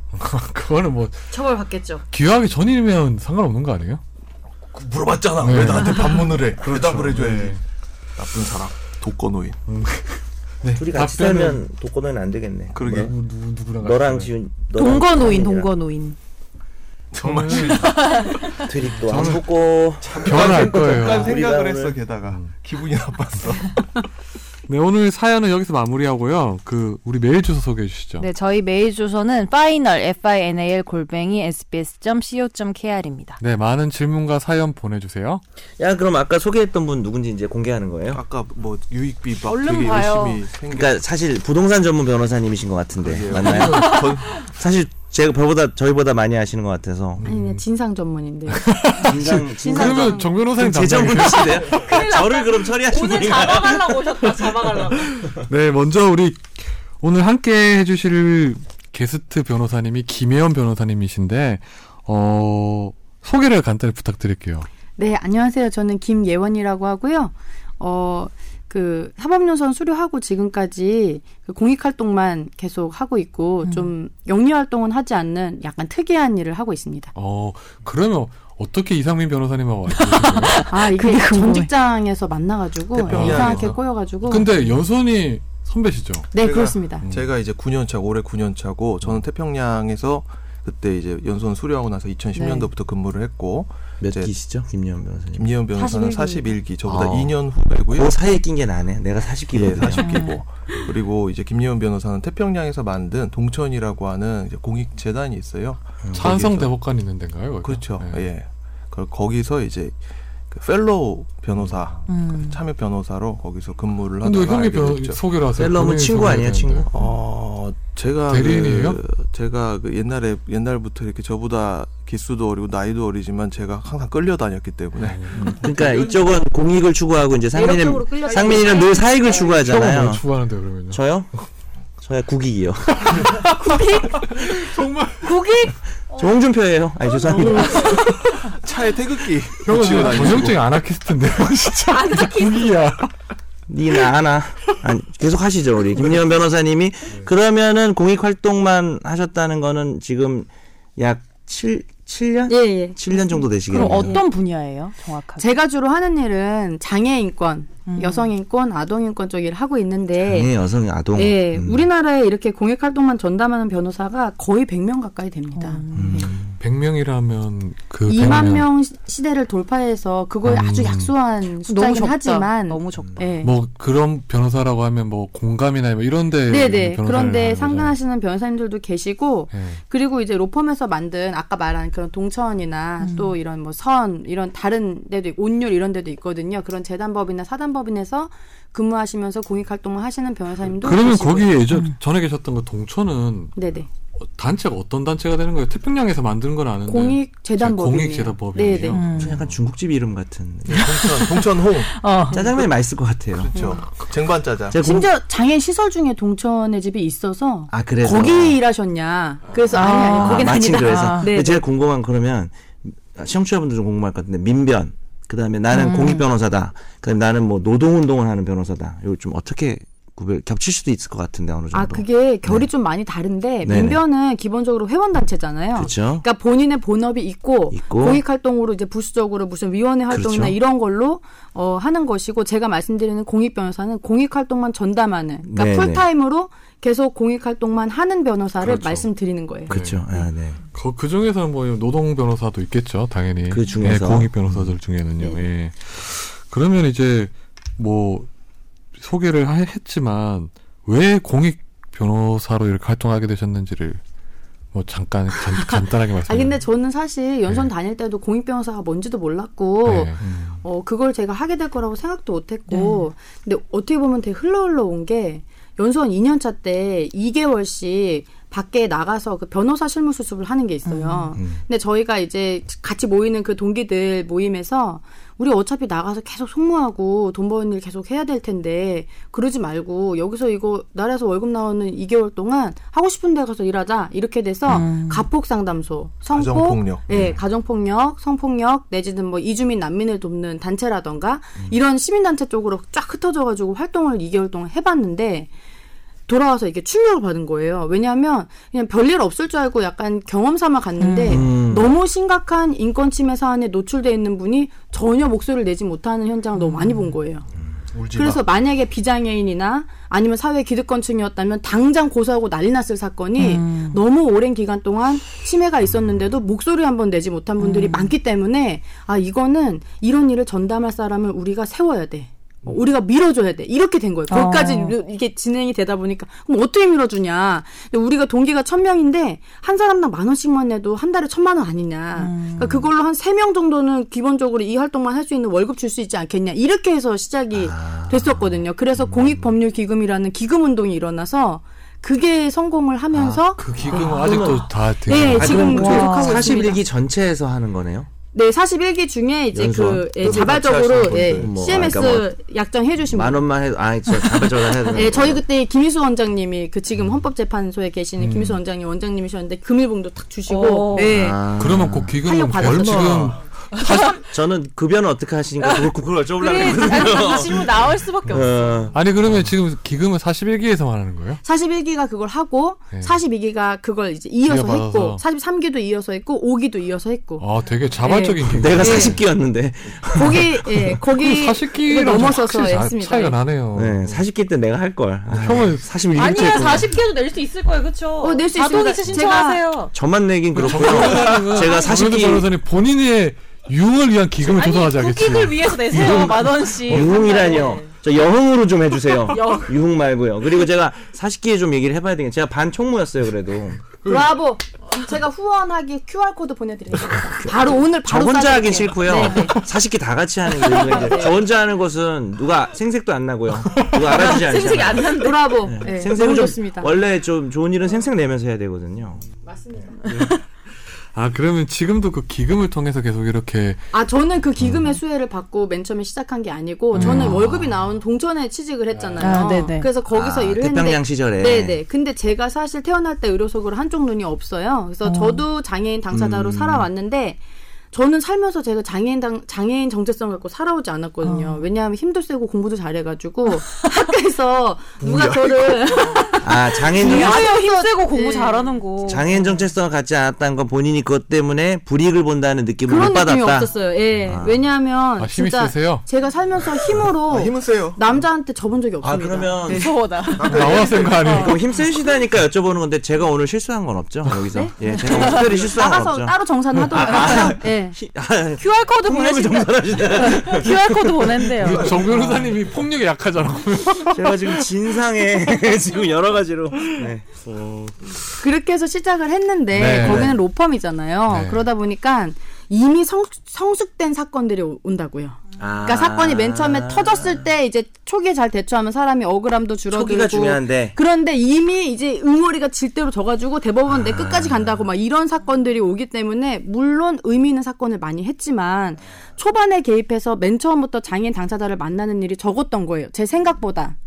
A: 그거는 뭐
E: 처벌 받겠죠.
A: 귀하기 전이면 상관없는 거 아니에요?
C: 그 물어봤잖아.
A: 네.
C: 왜 나한테 반문을 해?
A: 그렇죠.
C: 대답을 해줘야지. 나쁜 사람. 독거노인.
A: 네.
B: 둘이 같이
A: 답변은
B: 살면 독거노인 안 되겠네. 뭐
C: 그러게.
A: 누구, 누구, 누구랑 같이
B: 너랑
A: 살아요?
B: 지훈
A: 네,
B: 너랑
E: 동거노인,
B: 지훈이랑
E: 동거노인.
C: 정말 싫다.
B: 둘이 또안 붙고
A: 결혼할 거예요.
C: 잠깐 생각을
B: 우리가
C: 했어
B: 오늘-
C: 게다가 기분이 나빴어.
A: 네, 오늘 사연은 여기서 마무리하고요. 그 우리 메일 주소 소개해 주시죠.
D: 네, 저희 메일 주소는 final f i n a l 골뱅이 s b s c o k r 입니다.
A: 네, 많은 질문과 사연 보내주세요.
B: 야 그럼 아까 소개했던 분 누군지 이제 공개하는 거예요?
C: 아까 뭐 유익비 막
E: 얼른
C: 되게
E: 봐요.
C: 열심히 생각.
B: 그러니까 사실 부동산 전문 변호사님이신 것 같은데
C: 예.
B: 그러니까 맞나요?
C: 전
B: 사실 제가 저보다 저희보다 많이 아시는 것 같아서
E: 음.
F: 아니 그냥 진상 전문인데
B: 진상 진상
A: 그러면 정 변호사님
B: 재정
A: 담당해요.
B: 분이신데요?
E: 큰일 났다.
B: 저를 그럼 처리하신
E: 오늘
B: 분인가요?
E: 잡아가려고 오셨다. 잡아가려고.
A: 네, 먼저 우리 오늘 함께 해주실 게스트 변호사님이 김혜원 변호사님이신데 어 소개를 간단히 부탁드릴게요.
F: 네, 안녕하세요. 저는 김예원이라고 하고요. 어, 그 사법연수원 수료하고 지금까지 그 공익 활동만 계속 하고 있고 좀 영리 활동은 하지 않는 약간 특이한 일을 하고 있습니다.
A: 어 그러면 어떻게 이상민 변호사님하고 알고 계세요?
F: 아, 이게
D: 그게 궁금해.
F: 전 직장에서 만나 가지고
C: 태평양에서.
F: 이상하게 꼬여 가지고
A: 근데 연선이 선배시죠?
F: 네,
C: 제가-
F: 그렇습니다.
C: 제가 이제 9년 차 올해 9년 차고 저는 태평양에서 그때 이제 연수원 수료하고 나서
E: 네.
C: 2010년도부터 근무를 했고
B: 몇
C: 이제
B: 기시죠, 김예원 변호사님?
C: 김예원 변호사는
F: 41기.
C: 41기 저보다
B: 아.
C: 2년 후배고요.
B: 그 사이에 낀 게 나네. 내가
C: 예,
B: 40기거든요.
C: 40기고 그리고 이제 김예원 변호사는 태평양에서 만든 동천이라고 하는 이제 공익 재단이 있어요.
A: 찬성
C: 거기에서-
A: 대법관 있는 데인가요? 거기가?
C: 그렇죠.
A: 네.
C: 예. 그 거기서 이제 그 펠로우 변호사
E: 음.
C: 그 참여 변호사로 거기서 근무를
A: 근데 왜
C: 하다가 그렇죠.
A: 형님
C: 알게
A: 변
C: 됐죠.
A: 소개를 하세요?
B: 셀러문
A: 본인이
B: 친구
A: 소개해야
B: 아니에요,
A: 되는데.
B: 친구?
C: 어 제가
A: 대리인이에요?
C: 그, 제가 그 옛날에 옛날부터 이렇게 저보다 기수도 어리고 나이도 어리지만 제가 항상 끌려다녔기 때문에
B: 그러니까 이쪽은 공익을 추구하고 이제
E: 매력적으로 네.
B: 상민이는
E: 끌려서
B: 상민이는 늘 사익을
A: 형은
B: 추구하잖아요.
A: 뭘 추구하는데 그러면요?
B: 저요? 저야 국익이요.
E: 국익 어.
B: 정홍준표예요. 아니 죄송합니다.
C: 차에 태극기
A: 형은
C: 붙이고 다니시고.
A: 전형적인 아나키스트인데 진짜 아나키스트야.
B: 니나 하나. 아니, 계속 하시죠 우리 김예원 변호사님이. 그러면은 공익 활동만 하셨다는 거는 지금 약 7, 7년?
F: 예, 예.
B: 7년 정도 되시겠네요.
D: 그럼 어떤 분야예요, 정확하게?
F: 제가 주로 하는 일은 장애 인권, 여성 인권, 아동 인권 쪽 일을 하고 있는데
B: 예, 여성 아동.
F: 예,
B: 음.
F: 우리나라에 이렇게 공익 활동만 전담하는 변호사가 거의 100명 가까이 됩니다. 예.
A: 100명이라면 그
F: 2만
A: 100명.
F: 명 시- 시대를 돌파해서
A: 음.
F: 그걸 아주 약소한
E: 너무
F: 숫자긴
E: 적다.
F: 하지만
E: 너무 적다.
F: 예.
A: 뭐 그런 변호사라고 하면 뭐 공감이나 뭐 이런데
F: 네네 그런데 상관하시는 변호사님들도 계시고
A: 네.
F: 그리고 이제 로펌에서 만든 아까 말한 그런 동천이나 또 이런 뭐 선 이런 다른 데도 있고, 온율 이런 데도 있거든요 그런 재단법이나 사단법인에서 근무하시면서 공익 활동을 하시는 변호사님도
A: 그러면
F: 계시고요. 음.
A: 거기 예전 전에 계셨던 그 동초는
F: 네네
A: 어, 단체가 어떤 단체가 되는 거예요? 태평양에서 만든 건 아는데
F: 공익 재단법인
A: 네. 공익 재단법인이요? 음.
F: 네네
B: 좀 약간 중국집 이름 같은.
C: 동천 동천홍
B: 짜장면이 맛있을 것 같아요.
C: 그렇죠. 쟁반 짜장.
B: 제가 공-
F: 심지어 장애인 시설 중에 동천의 집이 있어서
B: 아 그래서
F: 거기 일하셨냐? 그래서 아니 아니
B: 아,
F: 거긴
B: 마침
F: 아니다.
B: 그래서.
F: 아.
B: 근데 제가 궁금한 그러면 시청자분들 좀 궁금할 것 같은데 민변. 그다음에 나는 공익 변호사다. 그다음 에 나는 뭐 노동 운동을 하는 변호사다. 이거 좀 어떻게 구별 겹칠 수도 있을 것 같은데 어느 정도.
F: 아 그게 결이 좀 많이 다른데
B: 네. 네네.
F: 민변은 기본적으로 회원 단체잖아요.
B: 그렇죠.
F: 그러니까 본인의 본업이 있고,
B: 있고.
F: 공익 활동으로 이제 부수적으로 무슨 위원회 활동이나
B: 그렇죠.
F: 이런 걸로 어, 하는 것이고 제가 말씀드리는 공익 변호사는 공익 활동만 전담하는 그러니까
B: 네네.
F: 풀타임으로 계속 공익 활동만 하는 변호사를
A: 그렇죠.
F: 말씀드리는 거예요.
B: 그렇죠. 아, 네.
A: 그, 그 중에서는 뭐 노동 변호사도 있겠죠, 당연히.
B: 그 중에서.
A: 예, 공익 변호사들 중에는요.
F: 네.
A: 예. 그러면 이제 뭐 소개를 하- 했지만 왜 공익 변호사로 이렇게 활동하게 되셨는지를 뭐 잠깐 간, 간단하게 말씀해
F: 아 근데 저는 사실 연수원 다닐 때도 공익 변호사가 뭔지도 몰랐고
A: 네.
B: 음.
F: 어, 그걸 제가 하게 될 거라고 생각도 못 했고, 근데 어떻게 보면 되게 흘러흘러 온 게 연수원 2년차 때 2개월씩 밖에 나가서 그 변호사 실무 수습을 하는 게 있어요. 근데 저희가 이제 같이 모이는 그 동기들 모임에서 우리 어차피 나가서 계속 속무하고 돈 버는 일 계속 해야 될 텐데 그러지 말고 여기서 이거 나라에서 월급 나오는 2개월 동안 하고 싶은 데 가서 일하자 이렇게 돼서 가폭 상담소, 성폭,
C: 가정폭력. 음.
F: 예, 가정폭력, 성폭력, 내지는 뭐 이주민 난민을 돕는 단체라던가
C: 음.
F: 이런 시민단체 쪽으로 쫙 흩어져가지고 활동을 2개월 동안 해봤는데 돌아와서 이게 충격을 받은 거예요. 왜냐하면 그냥 별일 없을 줄 알고 약간 경험 삼아 갔는데
B: 음.
F: 너무 심각한 인권 침해 사안에 노출돼 있는 분이 전혀 목소리를 내지 못하는 현장을 너무 많이 본 거예요.
C: 음. 울지 마.
F: 그래서 만약에 비장애인이나 아니면 사회 기득권층이었다면 당장 고소하고 난리 났을 사건이
C: 음.
F: 너무 오랜 기간 동안 침해가 있었는데도 목소리 한 번 내지 못한 분들이
C: 음.
F: 많기 때문에 아 이거는 이런 일을 전담할 사람을 우리가 세워야 돼. 어, 우리가 밀어줘야 돼. 이렇게 된 거예요.
C: 아.
F: 거기까지 요- 이게 진행이 되다 보니까 그럼 어떻게 밀어주냐. 근데 우리가 동기가 천 명인데 한 사람당 만 원씩만 내도 한 달에 천만 원 아니냐.
B: 음.
F: 그러니까 그걸로 한 세 명 정도는 기본적으로 이 활동만 할 수 있는 월급 줄 수 있지 않겠냐. 이렇게 해서 시작이
B: 아.
F: 됐었거든요. 그래서
B: 음.
F: 공익 법률 기금이라는 기금 운동이 일어나서 그게 성공을 하면서
A: 그 기금은 아직도 다 되게
F: 네,
B: 아,
F: 지금
B: 그럼
F: 계속하고
B: 41기 전체에서 하는 거네요.
F: 네, 41기 중에 이제
B: 연수원.
F: 그 예,
C: 그럼 같이 하시는
F: 자발적으로 예,
C: 분들.
B: 뭐,
F: CMS
B: 그러니까
F: 약정 해주신
B: 만
F: 분.
B: 원만 해도 아, 진짜 자발적으로 해야 되는
F: 예, 저희
B: 거구나.
F: 그때 김희수 원장님이 그 지금 헌법재판소에 계시는
A: 음.
F: 김희수 원장님 원장님이셨는데 금일봉도 탁 주시고
E: 어,
D: 오.
F: 예.
E: 네.
B: 아,
A: 그러면 그 기금은
F: 활력 받았어요.
A: 벌칙은
B: 저는 급여는 어떻게 하시니까 네. 그걸 그걸 여쭤보려고
E: 그래 아, 질문 나올 수밖에
A: 네.
E: 없어.
B: 어,
A: 아니 그러면 지금 기금은 41기에서 말하는 거예요?
F: 41기가 그걸 하고
A: 네.
F: 42기가 그걸 이제 이어서
A: 이어받아서.
F: 했고 43기도 이어서 했고 5기도 이어서 했고
A: 아 되게 자발적인
F: 네.
A: 기금. 네.
B: 내가 40기였는데
F: 거기 예, 거기
A: 40기를
F: 넘어서서 했습니다. 예.
A: 차이가 나네요.
B: 네, 40기 때 내가 할 걸. 아,
A: 형은
B: 41기
E: 아니야 40개도 낼 수 있을 거예요, 그렇죠?
F: 어, 낼수
E: 자동이체
F: 있습니다. 제가-
E: 신청하세요.
B: 저만 내긴 그렇고요.
A: 어, 제가
B: 제가 40기
A: 40기 변호사님 본인의 유흥을 위한 기금을 조성하지 어,
E: 아니 국익을
A: 않겠지.
E: 위해서 내세요, 만 원씩.
B: 유흥이라뇨. 저 여흥으로 좀 해주세요.
E: 여-
B: 유흥 말고요. 그리고 제가 40기에 좀 얘기를 해봐야 되겠네. 제가 반 총무였어요, 그래도.
F: 브라보. 제가 후원하기 QR 코드 보내드리겠습니다. 바로 오늘
B: 저
F: 바로
B: 혼자 하긴
F: 싸드릴게요. 네,
B: 싫고요. 40기 다 같이 하는 거. 이제 저 혼자 하는 것은 누가 생색도 안 나고요. 누가 알아주지 않잖아요.
E: 생색이 안 난다.
F: 브라보. 네,
B: 생색은
F: 너무
B: 좀
F: 좋습니다.
B: 원래 좀 좋은 일은 생색 내면서 해야 되거든요.
A: 아 그러면 지금도 그 기금을 통해서 계속 이렇게
F: 아 저는 그
A: 음.
F: 기금의 수혜를 받고 맨 처음에 시작한 게 아니고 저는 월급이 나온 동천에 취직을 했잖아요.
D: 아, 네네.
F: 그래서 거기서
B: 아,
F: 일을
B: 태평양
F: 했는데
B: 시절에.
F: 네네. 근데 제가 사실 태어날 때 의료석으로 한쪽 눈이 없어요. 그래서 저도 장애인
B: 음.
F: 당사자로 살아왔는데 저는 살면서 제가 장애인 당, 장애인 정체성을 갖고 살아오지 않았거든요.
B: 어.
F: 왜냐하면 힘도 세고 공부도 잘해가지고 학교에서 누가 저를
B: 아, 장애인 정-
E: 아유 힘세고 공부
F: 네.
E: 잘하는 거.
B: 장애인 정체성을 갖지 않았다는 건 본인이 그것 때문에 불이익을 본다는 느낌을
F: 그런
B: 못
F: 느낌이
B: 받았다.
F: 없었어요. 예. 왜냐하면
A: 아, 힘이
F: 진짜
A: 세세요?
F: 제가 살면서 어, 힘으로
C: 아, 힘은 세요.
F: 남자한테 접은 적이
B: 아,
F: 없습니다.
B: 그러면
E: 네, 무서워다.
F: 아, 네.
A: 나와 센거 아니에요?
F: 어.
B: 그럼 힘 쓰시다니까 여쭤보는 건데 제가 오늘 실수한 건 없죠 여기서 예 제가 오늘 특별히 실수한 건
F: 네? 나가서
B: 없죠 아,
F: 따로 정산하도록 하세요. 예.
B: 히- 아,
E: QR 코드
B: 폭력을
E: 보내신다.
B: 정산하시네
E: QR 코드 보낸대요.
A: 우리 그 정 변호사님이 폭력에 약하잖아.
B: 제가 지금 진상에 지금 여러 가지로 네.
F: 그렇게 해서 시작을 했는데
A: 네.
F: 거기는 로펌이잖아요.
A: 네.
F: 그러다 보니까 이미 성, 성숙된 사건들이 오- 온다고요.
B: 아.
F: 그러니까 사건이 맨 처음에 터졌을 때 이제 초기에 잘 대처하면 사람이 억울함도 줄어들고
B: 초기가 중요한데
F: 그런데 이미 이제 응어리가 질대로 져가지고 대법원
B: 아.
F: 내 끝까지 간다고 막 이런 사건들이 오기 때문에 물론 의미 있는 사건을 많이 했지만 초반에 개입해서 맨 처음부터 장애인 당사자를 만나는 일이 적었던 거예요. 제 생각보다.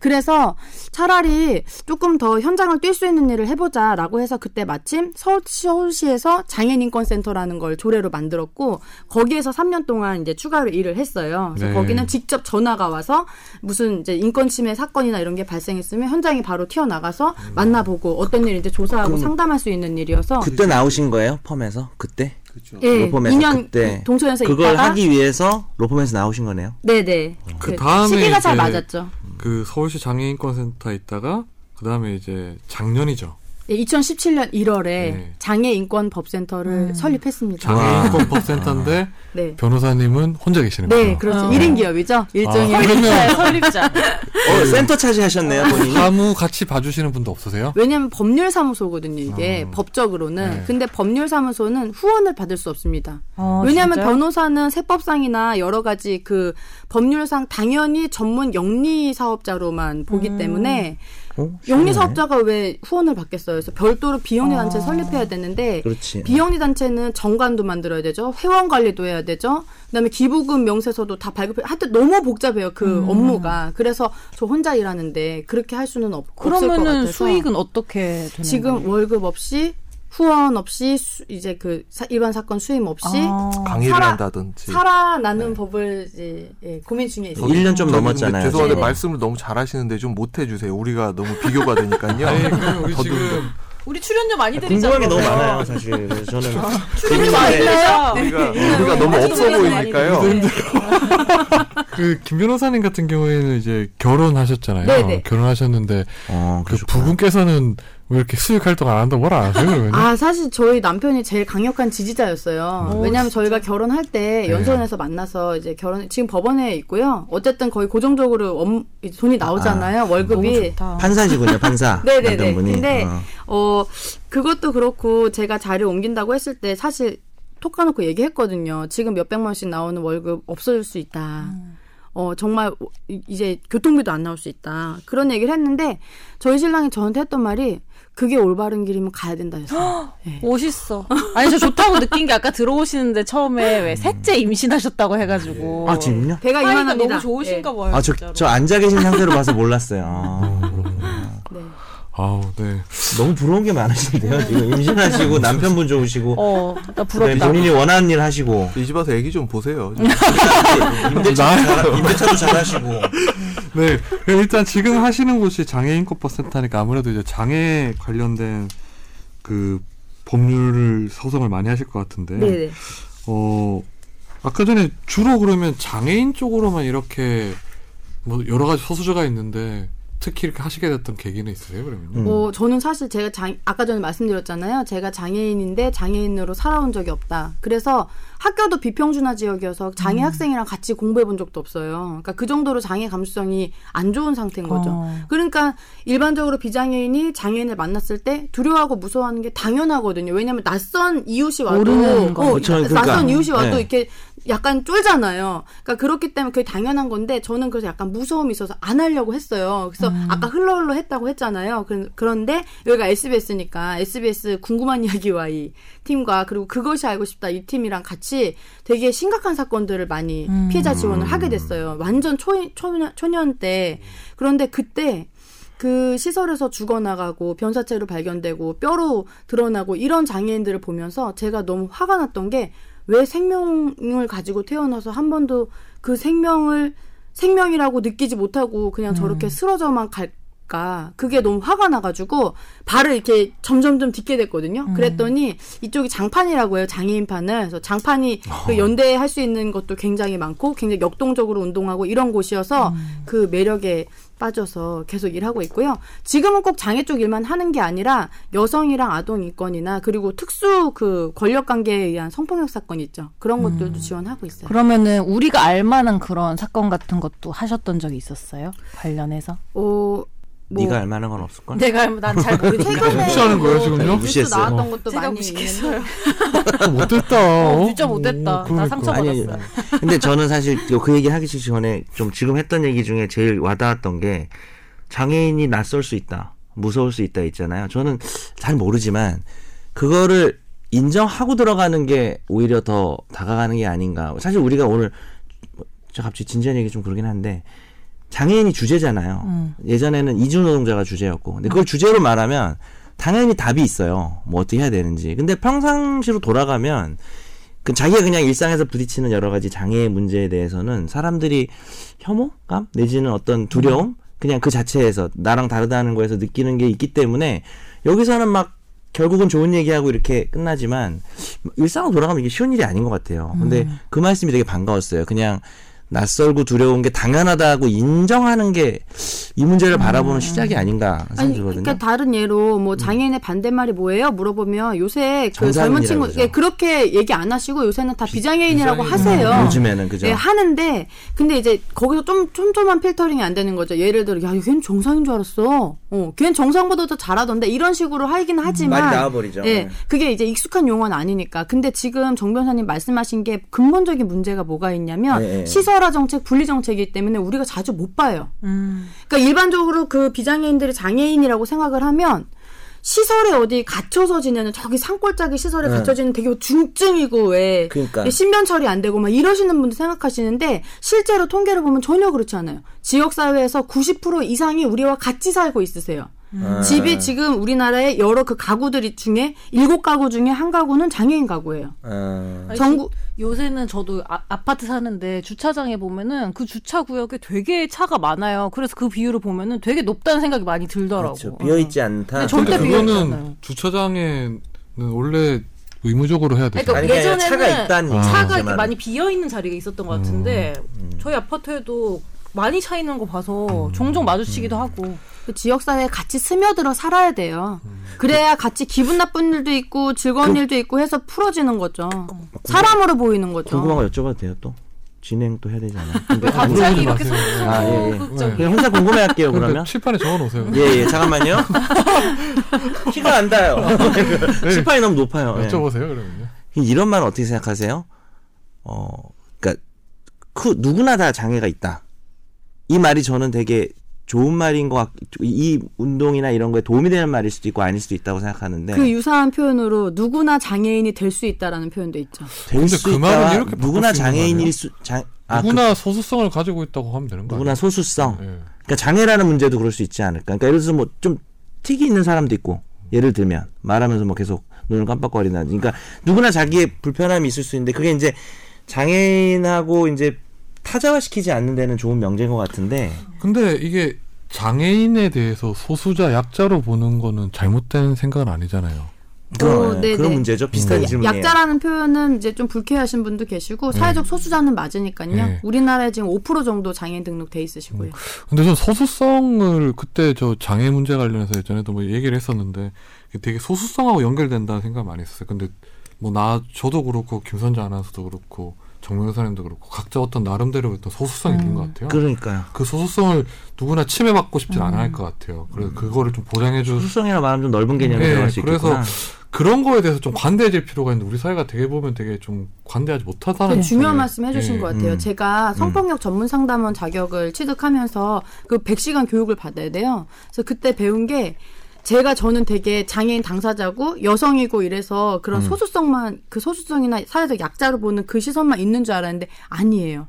F: 그래서 차라리 조금 더 현장을 뛸 수 있는 일을 해보자라고 해서 그때 마침 서울, 서울시에서 장애인인권센터라는 걸 조례로 만들었고 거기에서 3년 동안 이제 추가로 일을 했어요. 그래서
A: 네.
F: 거기는 직접 전화가 와서 무슨 이제 인권 침해 사건이나 이런 게 발생했으면 현장에 바로 튀어나가서 만나보고 어떤 일인지 조사하고
B: 음. 그럼-
F: 상담할 수 있는 일이어서
B: 그때 나오신 거예요 펌에서 그때
F: 예,
B: 로펌에서
F: 2년
B: 그때
F: 동천에서
B: 그걸
F: 있다가
B: 하기 위해서 로펌에서 나오신 거네요
F: 네네
A: 그 다음에
F: 시기가 잘
A: 이제
F: 맞았죠.
A: 그 서울시 장애인권센터에 있다가 그 다음에 이제 작년이죠.
F: 예, 2017년 1월에
A: 네.
F: 장애인권법센터를
E: 음.
F: 설립했습니다.
A: 장애인권법센터인데
F: 네.
A: 변호사님은 혼자 계시는 거예요.
F: 네, 그렇죠.
E: 어.
F: 일 1인 기업이죠. 일종의.
A: 아, 그러면
E: 네, 설립자.
B: 어, 센터 차지하셨네요, 본인이.
A: 사무 같이 봐주시는 분도 없으세요?
F: 왜냐하면 법률사무소거든요, 이게.
A: 음.
F: 법적으로는.
A: 네.
F: 근데 법률사무소는 후원을 받을 수 없습니다.
E: 어,
F: 왜냐하면
E: 진짜요?
F: 변호사는 세법상이나 여러 가지 그 법률상 당연히 전문 영리 사업자로만 보기
E: 음.
F: 때문에
B: 어? 시원하네.
F: 영리 사업자가 왜 후원을 받겠어요? 그래서 별도로 비영리 단체 를
E: 아.
F: 설립해야 되는데
B: 그렇지.
F: 비영리 단체는 정관도 만들어야 되죠. 회원 관리도 해야 되죠. 그다음에 기부금 명세서도 다 발급해. 하여튼 너무 복잡해요. 그
E: 음.
F: 업무가. 그래서 저 혼자 일하는데 그렇게 할 수는 없, 없을 것
E: 그러면은
F: 같아서.
E: 수익은 어떻게 되는
F: 지금
E: 거예요?
F: 월급 없이 후원 없이 수- 이제 그 사- 일반 사건 수임 없이
E: 아,
C: 강의를
F: 살아-
C: 한다든지.
F: 살아나는 법을 이제 예, 고민 중에 있어요.
B: 1년 좀
C: 저기 근데
B: 넘었잖아요.
C: 죄송한데
B: 지금.
C: 말씀을 너무 잘하시는데 좀 못해주세요. 우리가 너무 비교가 되니까요.
A: 네, 아니, 그러면 우리
C: 더듬-
A: 지금
E: 우리 출연료 많이
B: 궁금한
E: 드리잖아요.
B: 게 너무 많아요, 사실. 그래서 저는.
E: 출연료
D: 아,
E: 많이 드려요.
C: 우리가,
D: 네,
C: 우리가 너무 없어
E: 아직은
C: 보이니까요.
A: 그 김 변호사님 같은 경우에는 이제 결혼하셨잖아요.
F: 네, 네.
A: 결혼하셨는데
B: 어,
A: 그
B: 그러셨구나.
A: 부부께서는 왜 이렇게 수익 활동 안 한다고 뭐라 안 하세요 그러면?
F: 아 사실 저희 남편이 제일 강력한 지지자였어요.
A: 오,
F: 왜냐하면 저희가 결혼할 때
A: 네.
F: 연설원에서 만나서 이제 결혼 지금 법원에 있고요. 어쨌든 거의 고정적으로 업- 이 돈이 나오잖아요. 월급이.
B: 판사시군요, 판사.
F: 네네네.
B: 남편분이.
F: 근데
B: 어.
F: 어 그것도 그렇고 제가 자리를 옮긴다고 했을 때 사실 톡 까놓고 얘기했거든요. 지금 몇 백만 원씩 나오는 월급 없어질 수 있다.
E: 음.
F: 어 정말 이- 이제 교통비도 안 나올 수 있다. 그런 얘기를 했는데 저희 신랑이 저한테 했던 말이 그게 올바른 길이면 가야 된다였어요.
E: 멋있어. 네. 아니 저 좋다고 느낀 게 아까 들어오시는데 처음에 왜 셋째 임신하셨다고 해가지고
D: 어.
B: 아, 지금요?
F: 배가
E: 사이가
F: 이만합니다. 예.
E: 너무 좋으신가 봐요.
B: 아, 저,
E: 진짜로.
B: 저 앉아 계신 상태로 봐서 몰랐어요. 아, 그렇구나.
F: 네. 네.
A: 아우 네.
B: 너무 부러운 게 많으신데요. 지금 임신하시고 남편분 좋으시고
E: 어, 나
B: 네,
E: 부럽다.
B: 본인이 원하는 일 하시고
C: 이 집 와서 애기 좀 보세요.
B: 잘- 임대차도 잘하시고
A: 네. 그럼 일단 지금 하시는 곳이 장애인권법센터니까 아무래도 이제 장애 관련된 그 법률을 소송을 많이 하실 것 같은데.
F: 네네.
A: 어 아까 전에 주로 그러면 장애인 쪽으로만 이렇게 뭐 여러 가지 서수저가 있는데 특히 이렇게 하시게 됐던 계기는 있으세요 그러면요?
B: 음.
F: 어, 저는 사실 제가 장, 아까 전에 말씀드렸잖아요. 제가 장애인인데 장애인으로 살아온 적이 없다. 그래서 학교도 비평준화 지역이어서 장애
E: 음.
F: 학생이랑 같이 공부해 본 적도 없어요. 그러니까 그 정도로 장애 감수성이 안 좋은 상태인 거죠.
E: 어.
F: 그러니까 일반적으로 비장애인이 장애인을 만났을 때 두려워하고 무서워하는 게 당연하거든요. 왜냐면 낯선 이웃이 와도
E: 모르는 거.
F: 어,
B: 그렇죠. 그러니까.
F: 낯선 이웃이 와도
B: 네.
F: 이렇게 약간 쫄잖아요. 그러니까 그렇기 때문에 그게 당연한 건데 저는 그래서 약간 무서움이 있어서 안 하려고 했어요. 그래서 아까 흘러흘러 했다고 했잖아요. 그- 그런데 여기가 SBS니까 SBS 궁금한 이야기와 이 팀과 그리고 그것이 알고 싶다 이 팀이랑 같이 되게 심각한 사건들을 많이 피해자 지원을 하게 됐어요. 완전 초, 초, 초년 때 그런데 그때 그 시설에서 죽어나가고 변사체로 발견되고 뼈로 드러나고 이런 장애인들을 보면서 제가 너무 화가 났던 게 왜 생명을 가지고 태어나서 한 번도 그 생명을 생명이라고 느끼지 못하고 그냥
B: 음.
F: 저렇게 쓰러져만 갈까 그게 너무 화가 나가지고 발을 이렇게 점점점 딛게 됐거든요.
B: 음.
F: 그랬더니 이쪽이 장판이라고 해요 장애인판을 그래서 장판이
B: 어.
F: 그 연대할 수 있는 것도 굉장히 많고 굉장히 역동적으로 운동하고 이런 곳이어서
B: 음.
F: 그 매력에 빠져서 계속 일하고 있고요. 지금은 꼭 장애 쪽 일만 하는 게 아니라 여성이랑 아동 인권이나 그리고 특수 그 권력 관계에 의한 성폭력 사건 있죠. 그런
B: 음.
F: 것들도 지원하고 있어요.
E: 그러면은 우리가 알만한 그런 사건 같은 것도 하셨던 적이 있었어요? 관련해서?
F: 어, 뭐
B: 네가 알만한 건 없을 걸.
E: 내가 난잘
F: 최근에
B: 네,
A: 무시하는 거예요,
F: 뭐
A: 지금요?
F: 뉴스
B: 무시했어요.
F: 나왔던 것도
E: 제가
F: 많이
E: 무시했어요.
F: 있는데
A: 못됐다.
E: 어, 진짜 못됐다.
A: 어,
E: 나
A: 그러니까.
E: 상처 받았어. 요
B: 근데 저는 사실 요그 얘기 하기 전에 좀 지금 했던 얘기 중에 제일 와닿았던 게 장애인이 낯설 수 있다, 무서울 수 있다 있잖아요. 저는 잘 모르지만 그거를 인정하고 들어가는 게 오히려 더 다가가는 게 아닌가. 사실 우리가 오늘 저 갑자기 진지한 얘기 좀 그러긴 한데 장애인이 주제잖아요.
E: 음.
B: 예전에는 이주노동자가 주제였고, 근데 그걸 주제로 말하면 당연히 답이 있어요. 뭐 어떻게 해야 되는지. 근데 평상시로 돌아가면 그 자기가 그냥 일상에서 부딪히는 여러 가지 장애의 문제에 대해서는 사람들이 혐오감 내지는 어떤 두려움 그냥 그 자체에서 나랑 다르다는 거에서 느끼는 게 있기 때문에 여기서는 막 결국은 좋은 얘기하고 이렇게
F: 음.
B: 끝나지만 일상으로 돌아가면 이게 쉬운 일이 아닌 것 같아요. 근데 그 말씀이 되게 반가웠어요. 그냥 낯설고 두려운 게 당연하다고 인정하는 게 이 문제를 바라보는 시작이 아닌가
F: 음. 아니
B: 생각들거든요. 음.
F: 그러니까 다른 예로 뭐 장애인의 반대말이 뭐예요? 물어보면 요새 그
B: 정상인이라고
F: 젊은 친구
B: 그러죠.
F: 예, 그렇게 얘기 안 하시고 요새는 다 비장애인이라고
B: 음,
F: 하세요.
B: 요즘에는 그죠.
F: 예, 하는데 근데 이제 거기서 좀 촘촘한 필터링이 안 되는 거죠. 예를 들어 야, 걔는 정상인 줄 알았어. 어, 걔는 정상보다 더 잘하던데 이런 식으로 하긴 하지만
B: 음, 말이 나와버리죠.
F: 예,
B: 네.
F: 그게 이제 익숙한 용어는 아니니까. 근데 지금 정 변호사님 말씀하신 게 근본적인 문제가 뭐가 있냐면
B: 네, 네.
F: 시설화 정책, 분리 정책이기 때문에 우리가 자주 못 봐요. 그러니까 일반적으로 그 비장애인들을 장애인이라고 생각을 하면 시설에 어디 갇혀서 지내는 저기 산골짜기 시설에
B: 네.
F: 갇혀지는 되게 중증이고 왜
B: 그러니까.
F: 예, 신변 처리 안 되고 막 이러시는 분들 생각하시는데 실제로 통계를 보면 전혀 그렇지 않아요. 지역 사회에서 90% 이상이 우리와 같이 살고 있으세요.
B: 아.
F: 집이 지금 우리나라의 여러 그 가구들 중에 일곱 가구 중에 한 가구는 장애인 가구예요.
B: 아.
F: 전국
E: 요새는 저도 아, 아파트 사는데 주차장에 보면은 그 주차 구역에 되게 차가 많아요. 그래서 그 비율을 보면은 되게 높다는 생각이 많이 들더라고.
B: 그렇죠. 비어있지
E: 근데
B: 않다.
E: 절대
A: 음. 근데
E: 비교가
A: 그거는
E: 있잖아요.
A: 주차장에는 원래 의무적으로 해야 되죠.
E: 그러니까
B: 아니, 그냥
E: 예전에는
B: 차가 있다는 얘기죠, 음,
E: 차가 이렇게
B: 나는.
E: 많이 비어 있는 자리가 있었던 것 같은데 저희 아파트에도 많이 차 있는 거
B: 음,
E: 봐서 종종 마주치기도 하고
F: 그 지역 사회에 같이 스며들어 살아야 돼요.
B: 음.
F: 그래야 같이 기분 나쁜 일도 있고
B: 그
F: 즐거운 일도 있고 해서 풀어지는 거죠. 사람으로 보이는 거죠.
B: 궁금한 거 여쭤봐도 돼요 또? 진행 또 해야 되지 않아요? 근데-
E: 왜 갑자기
A: 물어보지
E: 이렇게
A: 마세요.
E: 소극적이야?
B: 아, 예, 예.
A: 소극적이야. 그렇죠.
B: 그냥 혼자 궁금해 할게요
A: 음, 그러니까
B: 그러면.
A: 칠판에 적어놓으세요.
B: 예, 예, 잠깐만요. 키가 안 닿아요. 시판이 너무 높아요. 예.
A: 여쭤보세요 네. 그러면요.
B: 이런 말 어떻게 생각하세요? 어, 그러니까 그 누구나 다 장애가 있다. 이 말이 저는 되게 좋은 말인 것 같, 이 운동이나 이런 거에 도움이 되는 말일 수도 있고 아닐 수도 있다고 생각하는데.
F: 그 유사한 표현으로 누구나 장애인이 될 수 있다라는 표현도 있죠.
B: 될
A: 근데
B: 수
A: 그 말은
B: 있다와
A: 이렇게 바꿀
B: 누구나
A: 수 있는
B: 장애인일
A: 거예요?
B: 수, 장, 아, 그-
A: 누구나 소수성을 가지고 있다고 하면 되는 거예요.
B: 누구나 소수성.
A: 예.
B: 그러니까 장애라는 문제도 그럴 수 있지 않을까. 그러니까 예를 들어서 뭐 좀 틱이 있는 사람도 있고 예를 들면 말하면서 뭐 계속 눈을 깜빡거리나. 그러니까 누구나 자기의 불편함이 있을 수 있는데 그게 이제 장애인하고 이제 타자화시키지 않는 데는 좋은 명제인 것 같은데.
A: 근데 이게 장애인에 대해서 소수자 약자로 보는 거는 잘못된 생각은 아니잖아요.
B: 그런, 예,
F: 어, 네,
B: 그런
F: 네.
B: 문제죠. 비슷한
A: 음.
B: 질문이에요. 네.
F: 약자라는 표현은 이제 좀 불쾌하신 분도 계시고 사회적 소수자는 맞으니까요.
A: 네.
F: 우리나라에 지금 5% 정도 장애인 등록돼 있으시고요.
A: 근데 전 소수성을 그때 저 장애 문제 관련해서 예전에도 뭐 얘기를 했었는데 이게 되게 소수성하고 연결된다는 생각 많이 했어요. 근데 뭐 나 저도 그렇고 김선재 아나운서도 그렇고 정명사님도 그렇고 각자 어떤 나름대로 어떤 소수성이 있는 것 같아요. 그,
B: 그러니까요.
A: 소수성을 누구나 침해받고 싶진 않을 것 같아요. 그래서 그거를 좀 보장해줄
B: 소수성이라 말하면 좀 넓은 개념이
A: 네,
B: 들어갈 수
A: 그래서
B: 있겠구나.
A: 그런 거에 대해서 좀 관대해질 필요가 있는데 우리 사회가 되게 보면 되게 좀 관대하지 못하다는
F: 네, 중요한
A: 생각이-
F: 말씀 해주신
A: 예.
F: 것 같아요.
B: 네. 음.
F: 제가 성폭력 전문 상담원 자격을 취득하면서 그 100시간 교육을 받아야 돼요. 그래서 그때 배운 게 제가 저는 되게 장애인 당사자고 여성이고 이래서 그런
B: 음.
F: 소수성만 그 소수성이나 사회적 약자로 보는 그 시선만 있는 줄 알았는데 아니에요.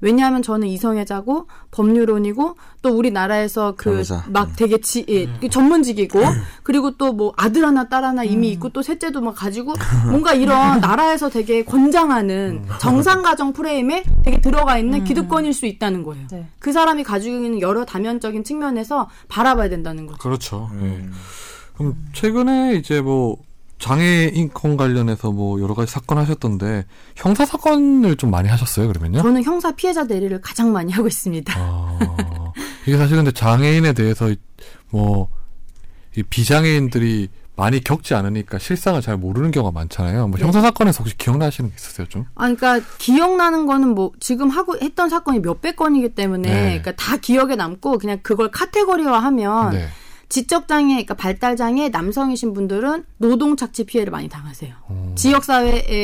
F: 왜냐하면 저는 이성애자고 법률원이고 또 우리나라에서 그
B: 변호사. 네. 음.
F: 막 되게 지, 예, 그 전문직이고 그리고 또 뭐 아들 하나 딸 하나 이미 있고 또 셋째도 막 가지고 뭔가 이런 나라에서 되게 권장하는
B: 음.
F: 정상 가정 프레임에 되게 들어가 있는 기득권일 수 있다는 거예요.
E: 네.
F: 그 사람이 가지고 있는 여러 다면적인 측면에서 바라봐야 된다는 거죠.
A: 그렇죠. 예. 그럼 최근에 이제 뭐 장애인권 관련해서 뭐 여러 가지 사건 하셨던데 형사 사건을 좀 많이 하셨어요
B: 네?
A: 그러면요?
F: 저는 형사 피해자 대리를 가장 많이 하고 있습니다.
A: 아, 이게 사실 근데 장애인에 대해서 뭐 이 비장애인들이 많이 겪지 않으니까 실상을 잘 모르는 경우가 많잖아요.
F: 네.
A: 뭐 형사 사건에서 혹시 기억나시는 게 있으세요 좀?
F: 아, 그러니까 기억나는 거는 뭐 지금 하고 했던 사건이 몇백 건이기 때문에
A: 네.
F: 그러니까 다 기억에 남고 그냥 그걸 카테고리화하면
A: 네.
F: 지적 장애, 그러니까 발달 장애 남성이신 분들은 노동 착취 피해를 많이 당하세요.
A: 어.
F: 지역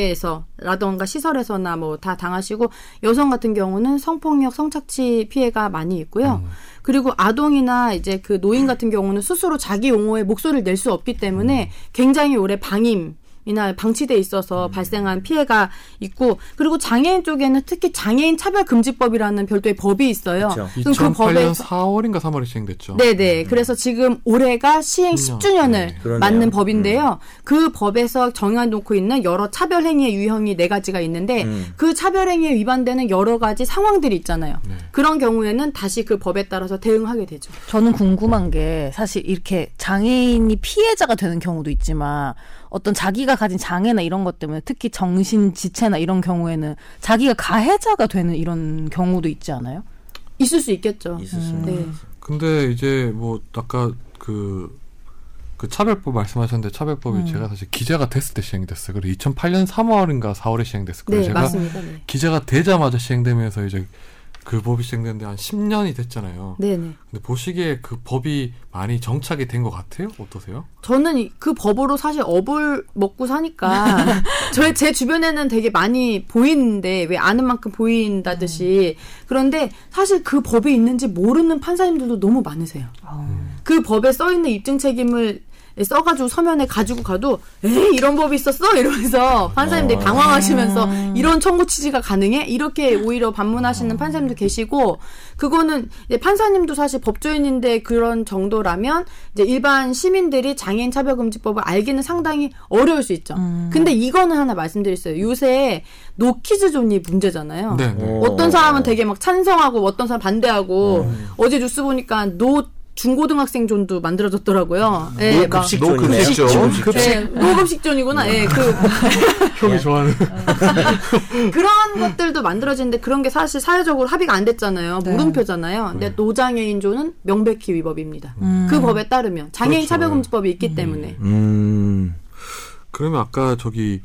F: 사회에서라던가 시설에서나 뭐 다 당하시고 여성 같은 경우는 성폭력, 성착취 피해가 많이 있고요.
B: 음.
F: 그리고 아동이나 이제 그 노인 같은 경우는 스스로 자기 용어에 목소리를 낼 수 없기
B: 음.
F: 때문에 굉장히 오래 방임 이나 방치돼 있어서 발생한 피해가 있고 그리고 장애인 쪽에는 특히 장애인 차별 금지법이라는 별도의 법이 있어요.
B: 그쵸.
F: 그럼 그
A: 2008년
F: 법에
A: 4월인가 3월에 시행됐죠.
F: 네네. 그래서 지금 올해가 시행
A: 10주년.
F: 10주년을
A: 네,
B: 어. 음. 그러네요. 음.
F: 맞는 법인데요. 그 법에서 정해놓고 있는 여러 차별행위의 유형이 네 가지가 있는데
B: 음.
F: 그 차별행위에 위반되는 여러 가지 상황들이 있잖아요.
B: 네.
F: 그런 경우에는 다시 그 법에 따라서 대응하게 되죠.
E: 저는 궁금한 게 사실 이렇게 장애인이 피해자가 되는 경우도 있지만 어떤 자기가 가진 장애나 이런 것 때문에 특히 정신 지체나 이런 경우에는 자기가 가해자가 되는 이런 경우도 있지 않아요?
F: 있을 수 있겠죠.
B: 있을 수 있는
F: 네.
A: 근데 이제 뭐 아까 그, 그 차별법 말씀하셨는데 차별법이
F: 음.
A: 제가 사실 기자가 됐을 때 시행됐어요. 그리고 2008년 3월인가 4월에 시행됐을 거예요.
F: 네,
A: 제가
F: 맞습니다. 네.
A: 기자가 되자마자 시행되면서 이제 그 법이 시행된 데한 10년이 됐잖아요.
F: 네, 네.
A: 근데 보시기에 그 법이 많이 정착이 된 것 같아요? 어떠세요?
F: 저는 이- 그 법으로 사실 업을 먹고 사니까 저의 제 주변에는 되게 많이 보이는데 왜 아는 만큼 보인다듯이 그런데 사실 그 법이 있는지 모르는 판사님들도 너무 많으세요. 그 법에 써 있는 입증 책임을 써가지고 서면에 가지고 가도 에이 이런 법이 있었어 이러면서 판사님들이
A: 어.
F: 당황하시면서 이런 청구 취지가 가능해 이렇게 오히려 반문하시는 판사님도 계시고 그거는 이제 판사님도 사실 법조인인데 그런 정도라면 이제 일반 시민들이 장애인 차별금지법을 알기는 상당히 어려울 수 있죠. 근데 이거는 하나 말씀드릴 수 있어요. 요새 노키즈존이 문제잖아요.
A: 네. 네.
F: 어떤 사람은 되게 막 찬성하고 어떤 사람 반대하고 어제 뉴스 보니까 노 중고등학생 존도 만들어졌더라고요. 예, 막-
B: 노급식존이네요.
C: 노급식존.
B: 노급식존.
F: 예, 노급식존이구나. 예, 그
A: 형이 좋아하는
F: 그런 것들도 만들어지는데 그런 게 사실 사회적으로 합의가 안 됐잖아요. 물음표잖아요. 근데 노장애인조는 명백히 위법입니다.
D: 음.
F: 그 법에 따르면 장애인
A: 그렇죠.
F: 차별금지법이 있기 때문에
B: 음.
A: 그러면 아까 저기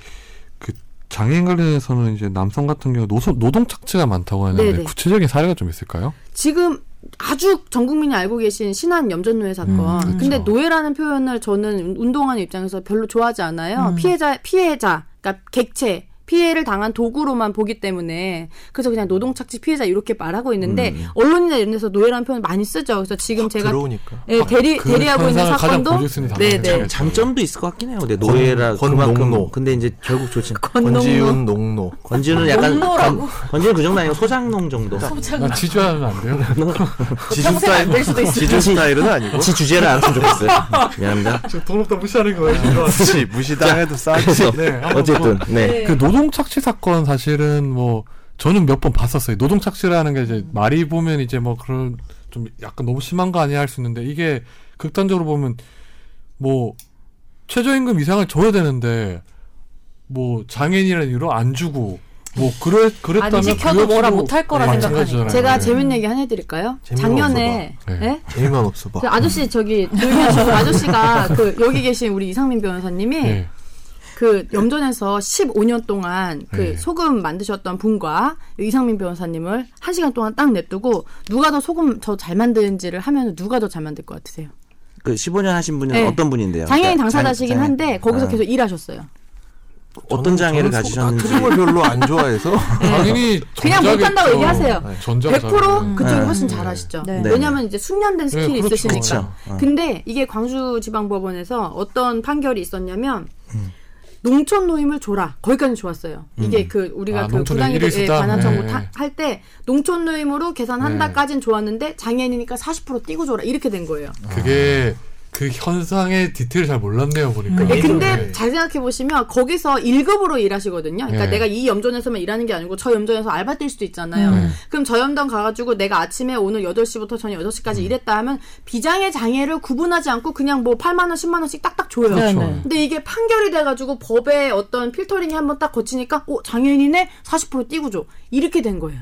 A: 그 장애인 관련해서는 이제 남성 같은 경우 노소, 노동 착취가 많다고 하는데
F: 네네.
A: 구체적인 사례가 좀 있을까요?
F: 지금 아주 전 국민이 알고 계신 신한 염전노예 사건.
A: 음,
F: 근데
A: 그렇죠.
F: 노예라는 표현을 저는 운동하는 입장에서 별로 좋아하지
A: 음.
F: 않아요. 피해자 피해자 그러니까 객체 피해를 당한 도구로만 보기 때문에 그래서 그냥 노동 착취 피해자 이렇게 말하고 있는데
A: 음.
F: 언론이나 이런 데서 노예라는 표현 많이 쓰죠. 그래서 지금 제가
C: 들어오니까.
F: 예, 대리
A: 아, 그
F: 대리하고 있는
A: 현상을 가장
F: 사건도
A: 보여줄 수 있는
F: 네,
A: 단어가
F: 네.
B: 장점도 있을 것 같긴 해요. 근데 노예라
C: 권-
B: 그만큼
C: 권농노.
B: 근데 이제 결국 좋지.
C: 권지윤 농노.
B: 권지는 약간 권, 권지는 그 정도 아니고 소장농 정도.
A: 나 지주하면 안 돼요?
C: 지주 스타일. 지주 스타일은 아니고.
B: 같이 주제를 안 했으면 좋겠어요. 미안합니다.
A: 지금 등록도 무시하는 거예요,
C: 무시 무시당해도 아, 싸지.
B: 그래서
A: 네, 한번
B: 어쨌든 네.
A: 그 노동 착취 사건 사실은 뭐 저는 몇 번 봤었어요. 노동 착취라는 게 이제 말이 보면 이제 뭐 그런 좀 약간 너무 심한 거 아니야 할 수 있는데 이게 극단적으로 보면 뭐 최저임금 이상을 줘야 되는데 뭐 장애인이라는 이유로 안 주고 뭐 그랬 그랬다면
E: 안 지켜도
A: 그것도
E: 뭐라 못할 거라
A: 마찬가지잖아요.
E: 생각하니까.
F: 제가
A: 네.
F: 재밌는 얘기 하나 해드릴까요?
C: 재미가
F: 작년에
A: 없어 봐. 네.
F: 예?
C: 재미만 없어 봐.
F: 그 아저씨 저기 들면서 아저씨가 그 여기 계신 우리 이상민 변호사님이
A: 예.
F: 그 염전에서 15년 동안 그
A: 네.
F: 소금 만드셨던 분과 이상민 변호사님을 한 시간 동안 딱 냅두고 누가 더 소금 더 잘 만드는지를 하면 누가 더 잘 만들 것 같으세요?
B: 그 15년 하신 분은
F: 네.
B: 어떤 분인데요?
F: 장애인
B: 그러니까
F: 당사자시긴
B: 장-
F: 한데 거기서
B: 아,
F: 계속 일하셨어요.
B: 어떤 장애를 가지셨는지
C: 아, 나트륨을 별로 안 좋아해서
A: 당연히
F: 그냥
A: 전작에
F: 못한다고
A: 또
F: 얘기하세요.
A: 전작
F: 100% 그쪽이
B: 네.
F: 훨씬 잘하시죠.
E: 네.
B: 네.
F: 왜냐하면 이제 숙련된 스킬이
A: 그렇죠.
F: 있으시니까.
B: 그렇죠. 어.
F: 근데 이게 광주지방법원에서 어떤 판결이 있었냐면 농촌 노임을 줘라 거기까지 좋았어요.
B: 음.
F: 이게 그 우리가
A: 아,
F: 그
A: 농촌 노임
F: 구당에
A: 일일 수당.
F: 관한 정보
A: 네.
F: 할 때 농촌 노임으로
A: 네.
F: 계산한다까진 좋았는데 장애인이니까 40% 띄고 줘라 이렇게 된 거예요.
A: 그게 그 현상의 디테일을 잘 몰랐네요 보니까.
F: 네, 근데
A: 네.
F: 잘 생각해 보시면 거기서 1급으로 일하시거든요. 그러니까
A: 네.
F: 내가 이 염전에서만 일하는 게 아니고 저 염전에서 알바 뛸 수도 있잖아요.
A: 네.
F: 그럼 저 염전 가가지고 내가 아침에 오늘 8시부터 저녁 8시까지
A: 음.
F: 일했다 하면 비장애 장애를 구분하지 않고 그냥 뭐 8만 원, 10만 원씩 딱딱 줘요.
E: 네,
A: 그렇죠.
E: 네.
F: 근데 이게 판결이 돼가지고 법의 어떤 필터링이 한번 딱 거치니까 어 장애인이네 40% 띄고 줘 이렇게 된 거예요.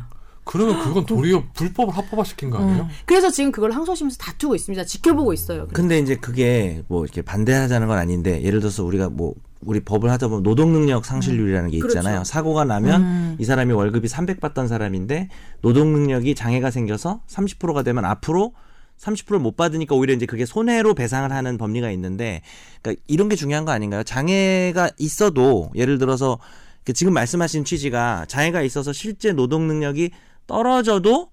A: 그러면 그건 도리어 불법을 합법화 시킨 거 아니에요?
F: 그래서 지금 그걸 항소심에서 다투고 있습니다. 지켜보고 있어요.
B: 음. 근데 이제 그게 뭐 이렇게 반대하자는 건 아닌데 예를 들어서 우리가 뭐 우리 법을 하다 보면 노동능력 상실률이라는 게 있잖아요.
F: 그렇죠.
B: 사고가 나면 이 사람이 월급이 300 받던 사람인데 노동능력이 장애가 생겨서 30%가 되면 앞으로 30%를 못 받으니까 오히려 이제 그게 손해로 배상을 하는 법리가 있는데 그러니까 이런 게 중요한 거 아닌가요? 장애가 있어도 예를 들어서 그 지금 말씀하신 취지가 장애가 있어서 실제 노동 능력이 떨어져도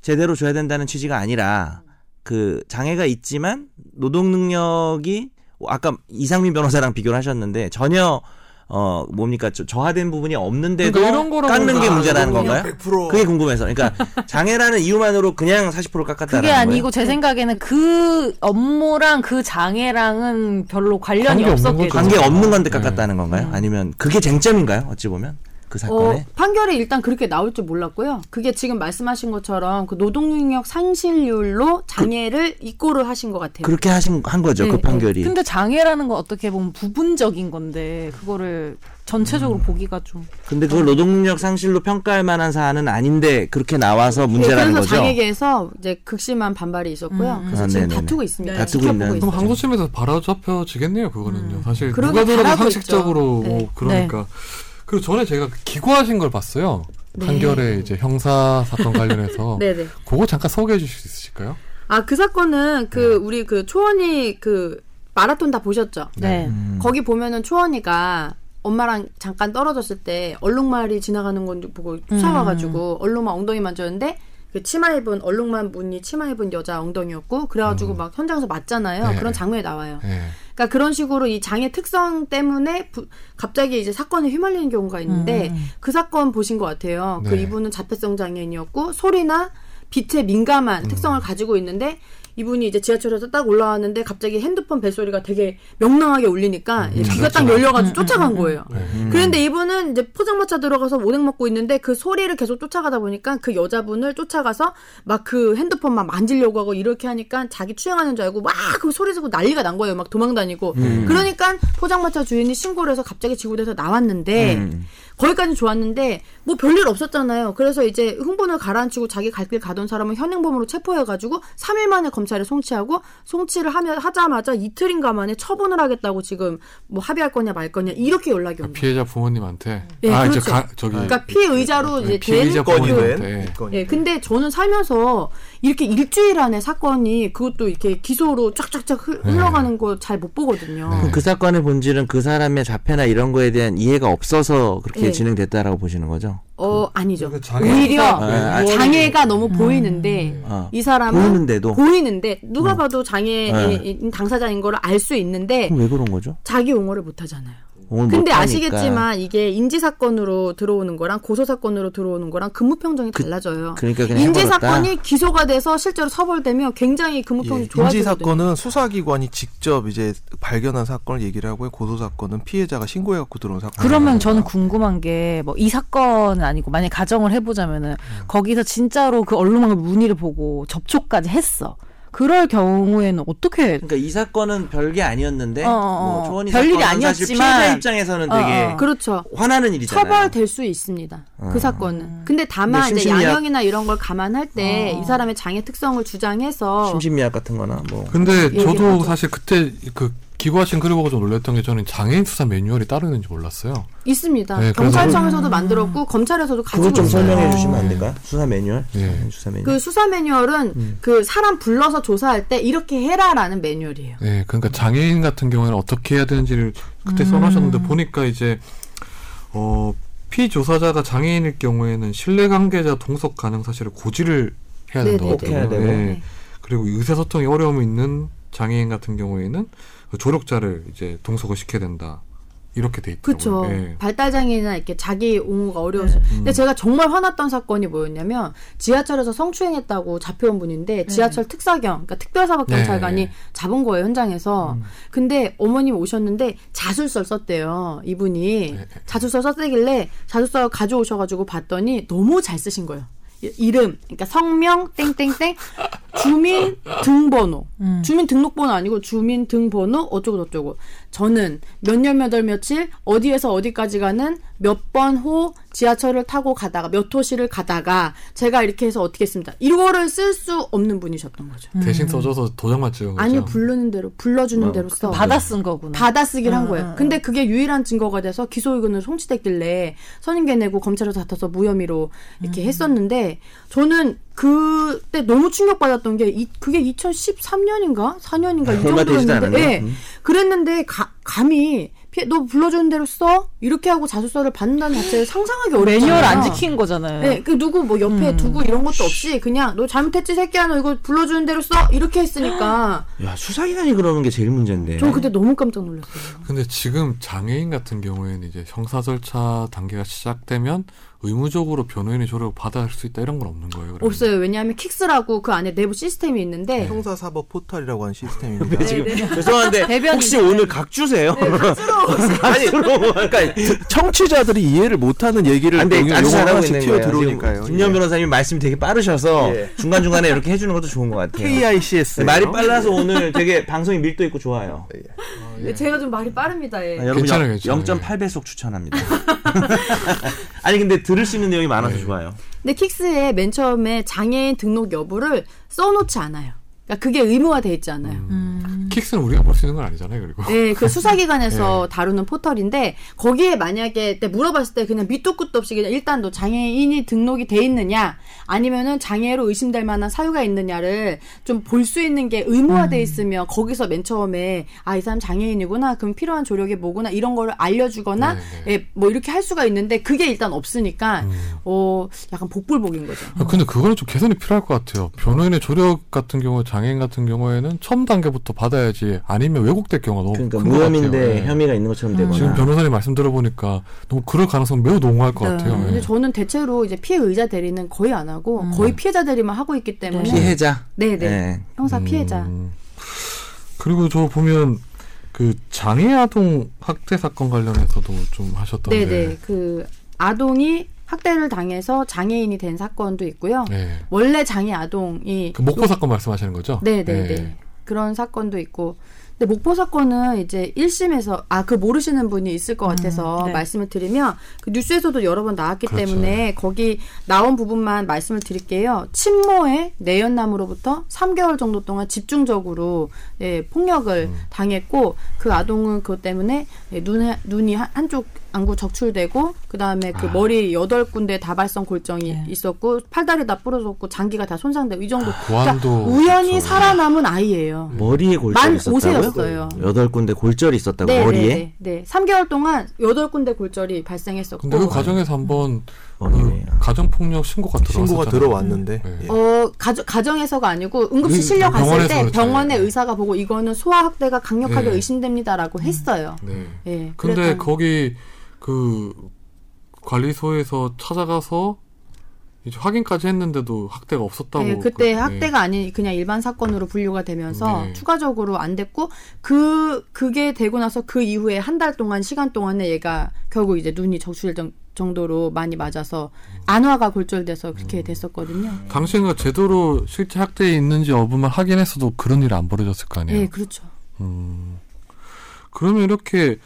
B: 제대로 줘야 된다는 취지가 아니라 그 장애가 있지만 노동 능력이 아까 이상민 변호사랑 비교를 하셨는데 전혀 어 뭡니까 저- 저하된 부분이 없는데도
A: 그러니까 이런 거라고
B: 깎는 게
A: 그러나?
B: 문제라는 건가요?
C: 100%.
B: 그게 궁금해서 그러니까 장애라는 이유만으로 그냥 40% 깎았다는
E: 그게 아니고
B: 거예요?
E: 제 생각에는 그 업무랑 그 장애랑은 별로 관련이
A: 관계 없는
E: 없었겠죠.
A: 거죠.
B: 관계 없는 건데
A: 네.
B: 깎았다는 건가요? 아니면 그게 쟁점인가요? 어찌 보면 그
F: 어,
B: 사건에?
F: 판결이 일단 그렇게 나올 줄 몰랐고요. 그게 지금 말씀하신 것처럼 그 노동능력 상실률로 장애를 이꼬를 하신 것
B: 그
F: 같아요.
B: 그렇게 하신 한 거죠.
F: 네,
B: 그
F: 네.
B: 판결이.
E: 근데 장애라는 건 어떻게 보면 부분적인 건데 그거를 전체적으로 보기가 좀
B: 근데 그걸 노동력 상실로 평가할 만한 사안은 아닌데 그렇게 나와서 문제라는
F: 네, 그래서
B: 거죠.
F: 장애계에서 이제 극심한 반발이 있었고요.
E: 음.
F: 그래서
B: 아,
F: 지금
B: 네네네.
F: 다투고 있습니다.
B: 다투고
F: 지켜보고
B: 있는.
A: 그럼
F: 있어요.
A: 한국 측에서 바로잡혀지겠네요 그거는요. 사실
F: 음. 그러게
A: 누가 들어도
F: 잘하고
A: 상식적으로
F: 있죠. 네.
A: 그러니까 그리고 전에 제가 기고하신 걸 봤어요. 판결에 이제 형사 사건 관련해서
F: 네. 네네.
A: 그거 잠깐 소개해 주실 수 있으실까요?
F: 아, 그 사건은 그
B: 네.
F: 우리 그 초원이 그 마라톤 다 보셨죠?
E: 네.
B: 음.
F: 거기 보면은 초원이가 엄마랑 잠깐 떨어졌을 때 얼룩말이 지나가는 건 보고 쫓아와가지고 얼룩말 엉덩이 만졌는데 그 치마 입은 얼룩말 분이 치마 입은 여자 엉덩이였고 그래가지고 막 현장에서 맞잖아요.
A: 네.
F: 그런 장면이 나와요.
A: 네.
F: 그러니까 그런 식으로 이 장애 특성 때문에 부- 갑자기 이제 사건에 휘말리는 경우가 있는데 그 사건 보신 것 같아요. 그
A: 네.
F: 이분은 자폐성 장애인이었고 소리나 빛에
A: 음.
F: 민감한 특성을 가지고 있는데 이분이 이제 지하철에서 딱 올라왔는데 갑자기 핸드폰 벨소리가 되게 명랑하게 울리니까 귀가 딱
A: 그렇죠.
F: 열려가지고 쫓아간 거예요.
A: 네.
F: 그런데 이분은 이제 포장마차 들어가서 오뎅 먹고 있는데 그 소리를 계속 쫓아가다 보니까 그 여자분을 쫓아가서 막 그 핸드폰 막 만지려고 하고 이렇게 하니까 자기 추행하는 줄 알고 막 그 소리 지르고 난리가 난 거예요. 막 도망다니고. 그러니까 포장마차 주인이 신고를 해서 갑자기 지구대에서 나왔는데
B: 음.
F: 거기까지 좋았는데 뭐 별일 없었잖아요. 그래서 이제 흥분을 가라앉히고 자기 갈 길 가던 사람은 현행범으로 체포해가지고 3일 만에 검찰에 송치하고 송치를 하면 하자마자 이틀인가 만에 처분을 하겠다고 지금 뭐 합의할 거냐 말 거냐 이렇게 연락이
A: 아, 네.
F: 온 거예요.
A: 피해자 부모님한테
F: 네,
A: 아 이제
F: 그렇죠.
A: 가, 저기
F: 그러니까 피의자로 이제
A: 피의자
F: 되는
A: 건이
F: 그-
A: 돼요?
F: 예, 근데 저는 살면서 이렇게 일주일 안에 사건이 그것도 이렇게 기소로 쫙쫙쫙 흘-
A: 네.
F: 흘러가는 거 잘 못 보거든요.
A: 네.
B: 그럼 그 사건의 본질은 그 사람의 자폐나 이런 거에 대한 이해가 없어서 그렇게
F: 네.
B: 진행됐다라고 보시는 거죠.
F: 어, 아니죠.
A: 그 장애-
F: 오히려
B: 아, 아,
F: 장애가 너무 보이는데
B: 어.
F: 이 사람은
B: 보이는데도 음. 네.
F: 보이는데 누가 봐도 장애인 당사자인 걸 알 수 있는데
B: 그럼 왜 그런 거죠?
F: 자기 용어를 못 하잖아요.
B: 오늘
F: 네.
B: 뭐
F: 근데
B: 음. 못하니까.
F: 아시겠지만 이게 인지 사건으로 들어오는 거랑 고소 사건으로 들어오는 거랑 근무 평정이 달라져요.
B: 그러니까 그냥
F: 인지
B: 해버렸다.
F: 사건이 기소가 돼서 실제로 처벌되면 굉장히 근무 평이
C: 예, 인지
F: 좋아지거든요.
C: 사건은 수사기관이 직접 이제 발견한 사건을 얘기를 하고요. 고소 사건은 피해자가 신고해갖고 들어온 사건.
E: 그러면 저는 궁금한 게 뭐 이 사건은 아니고 만약 가정을 해보자면은 거기서 진짜로 그 얼룩말 무늬를 보고 접촉까지 했어. 그럴 경우에는 어떻게
B: 그러니까 이 사건은 별게 아니었는데
E: 어, 어,
B: 뭐
E: 어.
B: 초원이
E: 별일이
B: 사건은 사실
E: 아니었지만
B: 피해자 입장에서는
E: 어,
B: 되게
E: 어.
F: 그렇죠.
B: 화나는 일이잖아요.
F: 처벌될 수 있습니다. 그 사건은. 근데 다만
B: 아. 근데
F: 이제
B: 심신미약-
F: 양형이나 이런 걸 감안할 때 이 사람의 장애 특성을 주장해서
B: 심신미약 같은 거나 뭐
A: 근데
F: 얘기를
A: 저도
F: 하죠.
A: 사실 그때 그 기고하신 글 보고 좀 놀랐던 게 저는 장애인 수사 매뉴얼이 따로 있는지 몰랐어요.
F: 있습니다.
A: 네, 그래서-
F: 경찰청에서도 만들었고 검찰에서도 가지고
B: 그걸 좀
F: 있어요. 네.
B: 설명해 주시면 안 될까요? 수사 매뉴얼? 네,
A: 예.
B: 수사 매뉴얼.
F: 그 수사 매뉴얼은
B: 음.
F: 그 사람 불러서 조사할 때 이렇게 해라라는 매뉴얼이에요.
A: 네, 그러니까 장애인 같은 경우에는 어떻게 해야 되는지를 그때
F: 음.
A: 써놓으셨는데 보니까 이제 어 피조사자가 장애인일 경우에는 신뢰 관계자 동석 가능 사실을 고지를 해야
F: 네,
A: 된다고
F: 네,
B: 네. 해야
A: 하더라고요.
B: 되고.
A: 예. 그리고 의사소통에 어려움이 있는 장애인 같은 경우에는 그 조력자를 이제 동석을 시켜야 된다. 이렇게 돼 있더라고요.
B: 어,
F: 그렇죠.
B: 네.
A: 예.
F: 발달장애나 이렇게 자기 옹호가 어려워서.
B: 음.
F: 근데 제가 정말 화났던 사건이 뭐였냐면 지하철에서 성추행했다고 잡혀온 분인데 지하철 특사경, 그러니까 특별사법경찰관이
A: 네.
F: 잡은 거예요 현장에서. 근데 어머님 오셨는데 자술서를 썼대요 이분이
A: 네.
F: 자술서 썼길래 자술서 가져오셔가지고 봤더니 너무 잘 쓰신 거예요. 이- 이름, 그러니까 성명 땡땡땡 주민 등번호, 주민 등록번호 아니고 주민 등번호 어쩌고 저쩌고. 저는 몇년 몇월 며칠 어디에서 어디까지 가는 몇 번 호 지하철을 타고 가다가 몇 호실을 가다가 제가 이렇게 해서 어떻게 했습니다. 이거를 쓸 수 없는 분이셨던 거죠.
A: 대신 써줘서 도장만 찍은 거죠.
F: 음. 아니
B: 그렇죠.
F: 부르는 대로 불러주는 대로
B: 그
F: 써.
E: 받아 쓴 거구나.
F: 받아쓰기를 한 거예요. 근데 그게 유일한 증거가 돼서 기소 의견을 송치됐길래 선임계 내고 검찰에 다퉈서 무혐의로 이렇게
E: 음.
F: 했었는데 저는 그때 너무 충격받았던 게 이, 그게 2013년인가 4년인가 이
B: 얼마 되지도
F: 정도였는데
B: 않았네요. 음.
F: 예. 그랬는데 가- 감히 피해- 너 불러주는 대로 써 이렇게 하고 자수서를 받는다는 자체를 상상하기 어려워요.
E: 아, 매뉴얼 안 지킨 거잖아요. 음.
F: 네, 그 누구 뭐 옆에 두고 이런 것도 없이 그냥 너 잘못했지 새끼야 너 이거 불러주는 대로 써 이렇게 했으니까
B: 야 수사기관이 그러는 게 제일 문제인데.
F: 저는 그때 너무 깜짝 놀랐어요.
A: 근데 지금 장애인 같은 경우에는 이제 형사 절차 단계가 시작되면 의무적으로 변호인의 조력을 받아야 할 수 있다 이런 건 없는 거예요. 그러면?
F: 없어요. 왜냐하면 킥스라고 그 안에 내부 시스템이
C: 네.
F: 있는데
C: 어,
B: 네,
C: 형사사법 포털이라고 하는 시스템입니다.
B: 지금 죄송한데
E: 대변인.
B: 혹시 오늘 각 주세요?
F: 네, 킥스로
B: 아니 그러니까
C: 청취자들이 이해를 못하는 얘기를
B: 안돼
C: 용어-
B: 아주
C: 용어
B: 잘하고
C: 하나씩
B: 있는
C: 튀어
B: 거예요.
C: 들어오니까요.
B: 지금 김연 변호사님 말씀이 되게 빠르셔서
C: 예.
B: 중간 중간에 이렇게 해주는 것도 좋은 것 같아요. 네,
C: KICS
B: 말이 빨라서 오늘 되게 방송이 밀도 있고 좋아요.
C: 예.
E: 제가 좀 말이 빠릅니다. 예.
B: 아, 여러분
A: 괜찮아요, 괜찮아요.
B: 0.8배속 추천합니다. 아니 근데 들을 수 있는 내용이
A: 네.
B: 많아서 좋아요.
F: 근데 킥스에 맨 처음에 장애인 등록 여부를 써놓지 않아요. 그러니까 그게 의무화돼 있지 않아요.
A: 킥스는 우리가 볼 수 있는 건 아니잖아요. 그리고
F: 네, 그 수사기관에서 다루는 포털인데 거기에 만약에 때 물어봤을 때 그냥 밑도 끝도 없이 그냥 일단 너 장애인이 등록이 돼 있느냐 아니면은 장애로 의심될 만한 사유가 있느냐를 좀 볼 수 있는 게 의무화돼 있으면 거기서 맨 처음에 아 이 사람 장애인이구나 그럼 필요한 조력이 뭐구나 이런 거를 알려주거나
A: 네,
F: 예, 뭐 이렇게 할 수가 있는데 그게 일단 없으니까 어 약간 복불복인 거죠.
A: 아, 근데 그거는 좀 개선이 필요할 것 같아요. 변호인의 조력 같은 경우, 장애인 같은 경우에는 처음 단계부터 받아야지 아니면 왜곡될 경우가 너무
B: 그러니까
A: 뭐, 큰것 같아요.
B: 무혐의인데
A: 예.
B: 혐의가 있는 것처럼
A: 지금
B: 되거나.
A: 변호사님 말씀 들어보니까 너무 그럴 가능성 매우 농후할 것 같아요.
F: 네, 근데
A: 예.
F: 저는 대체로 이제 피해 의자 대리는 거의 안 하고 거의 피해자 대리만 하고 있기 때문에
B: 피해자.
F: 네네
B: 네.
F: 형사 피해자
A: 음. 그리고 저 보면 그 장애 아동 학대 사건 관련해서도 좀 하셨던데.
F: 네네 그 아동이 학대를 당해서 장애인이 된 사건도 있고요
A: 예.
F: 원래 장애 아동이
A: 그 목포 사건 말씀하시는 거죠?
F: 뭐- 네네네
A: 예.
F: 그런 사건도 있고 근데 목포 사건은 이제 1심에서 아 그 모르시는 분이 있을 것 같아서
E: 네.
F: 말씀을 드리면 그 뉴스에서도 여러 번 나왔기
A: 그렇죠.
F: 때문에 거기 나온 부분만 말씀을 드릴게요. 친모의 내연남으로부터 3개월 정도 동안 집중적으로 예, 폭력을
A: 음.
F: 당했고 그 아동은 그것 때문에 예, 눈에, 눈이 한- 한쪽 안구 적출되고 그다음에 그
A: 아.
F: 머리 여덟 군데 다발성 골정이
E: 네.
F: 있었고 팔다리 다 부러졌고 장기가 다 손상되고 이
A: 아.
F: 정도
A: 고환도
F: 그러니까 우연히
A: 그렇죠.
F: 살아남은 아이예요.
B: 머리에 골절이
F: 만
B: 있었다고요?
F: 5세였어요.
B: 여덟 군데 골절이 있었다고 머리에?
F: 네, 네. 3개월 동안 8군데 골절이 발생했었고.
B: 어,
A: 근데 그 과정에서
B: 네.
A: 한번 어,
B: 머리에.
A: 가정 폭력 신고가 들어왔었잖아요.
C: 신고가 들어왔는데 네.
A: 음. 예.
F: 어, 가정, 가정에서가 아니고 응급실
A: 의-
F: 실려 갔을
A: 그 병원에서
F: 때
A: 그렇죠.
F: 병원의 의사가 보고 이거는 소아 학대가 강력하게
A: 네.
F: 의심됩니다라고 했어요.
A: 네.
F: 예.
A: 근데
F: 그랬던-
A: 거기 그 관리소에서 찾아가서 이제 확인까지 했는데도 학대가 없었다고.
F: 네, 그때
A: 그-
F: 학대가 아닌 그냥 일반 사건으로 분류가 되면서
A: 네.
F: 추가적으로 안 됐고 그 그게 되고 나서 그 이후에 한 달 동안 시간 동안에 얘가 결국 이제 눈이 적실 정- 정도로 많이 맞아서 안화가 골절돼서 그렇게 됐었거든요.
A: 예. 당시에는 제대로 실제 학대 있는지 여부만 확인했어도 그런 일이 안 벌어졌을 거 아니에요.
F: 네, 그렇죠.
A: 음. 그러면 이렇게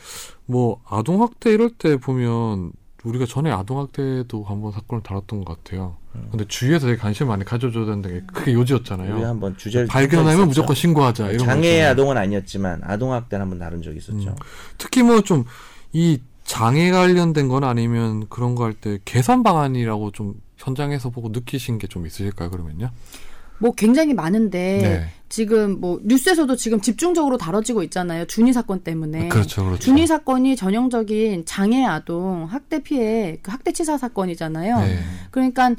A: 뭐 아동 학대 이럴 때 보면 우리가 전에 아동 학대도 한번 사건을 다뤘던 것 같아요. 근데 주위에서 되게 관심 을 많이 가져줘야 된다는 게 그게
B: 음. 우리
A: 요지였잖아요.
B: 한번 주제를
A: 발견하면 무조건 신고하자 이런 음.
B: 장애
A: 거잖아요.
B: 아동은 아니었지만 아동 학대는 한번 다룬 적이 있었죠.
A: 특히 뭐 좀 이 장애 관련된 건 아니면 그런 거 할 때 개선 방안이라고 좀 현장에서 보고 느끼신 게 좀 있으실까요 그러면요?
F: 뭐 굉장히 많은데
A: 네.
F: 지금 뭐 뉴스에서도 지금 집중적으로 다뤄지고 있잖아요. 준이 사건 때문에.
A: 그렇죠, 그렇죠.
F: 준이 사건이 전형적인 장애 아동 학대 피해 그 학대 치사 사건이잖아요.
A: 네.
F: 그러니까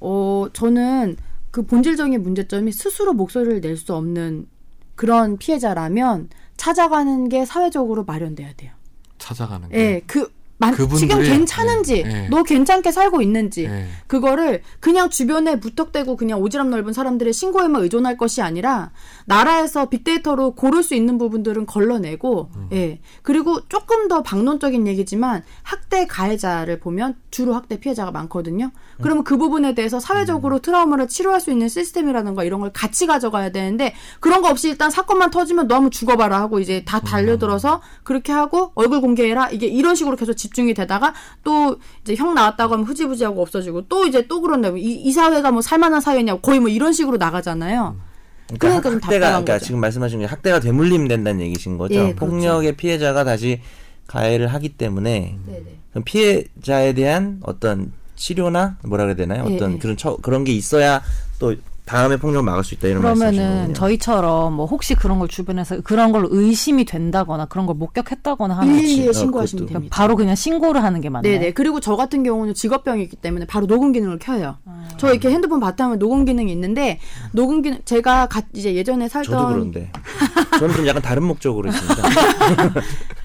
F: 어 저는 그 본질적인 문제점이 스스로 목소리를 낼 수 없는 그런 피해자라면 찾아가는 게 사회적으로 마련돼야 돼요.
A: 찾아가는 게.
F: 예, 그 만-
A: 음. 그분들이-
F: 지금 괜찮은지
A: 예, 예.
F: 너 괜찮게 살고 있는지
A: 예.
F: 그거를 그냥 주변에 무턱대고 그냥 오지랖 넓은 사람들의 신고에만 의존할 것이 아니라 나라에서 빅데이터로 고를 수 있는 부분들은 걸러내고 예 그리고 조금 더 방론적인 얘기지만 학대 가해자를 보면 주로 학대 피해자가 많거든요 그러면 그 부분에 대해서
B: 음.
F: 사회적으로 트라우마를 치료할 수 있는 시스템이라든가 이런 걸 같이 가져가야 되는데 그런 거 없이 일단 사건만 터지면 너 한번 죽어봐라 하고 이제
B: 음.
F: 다 달려들어서 그렇게 하고 얼굴 공개해라 이게 이런 식으로 계속 집중이 되다가 또 이제 형 나왔다고 하면 흐지부지하고 없어지고 또 이제 또 그런다 이, 이 사회가 뭐 살만한 사회냐고 거의 뭐 이런 식으로 나가잖아요.
B: 그러니까,
F: 그러니까 좀
B: 학대가
F: 답답한
B: 그러니까
F: 거죠.
B: 지금 말씀하신 게 학대가 되물림 된다는 얘기신 거죠.
F: 예, 그렇죠.
B: 폭력의 피해자가 다시 가해를 하기 때문에
F: 네네.
B: 그럼 피해자에 대한 어떤 치료나 뭐라 그래야 되나요?
F: 예,
B: 어떤
F: 예.
B: 그런 처, 그런 게 있어야 또 다음에 폭력을 막을 수 있다 이런 말씀이신
E: 그러면은
B: 거군요.
E: 저희처럼 뭐 혹시 그런 걸 주변에서 그런 걸로 의심이 된다거나 그런 걸 목격했다거나 하면
F: 112에
B: 어,
F: 아, 신고하시면
B: 그것도.
E: 그냥
F: 됩니다.
E: 바로 그냥 신고를 하는 게 맞나요?
F: 음. 네네. 그리고 저 같은 경우는 직업병이 있기 때문에 바로 녹음 기능을 켜요. 저 이렇게 핸드폰 바탕에 녹음 기능이 있는데 녹음 기능 제가 갓 이제 예전에 살던
B: 저도 그런데 저는 좀 약간 다른 목적으로 있습니다.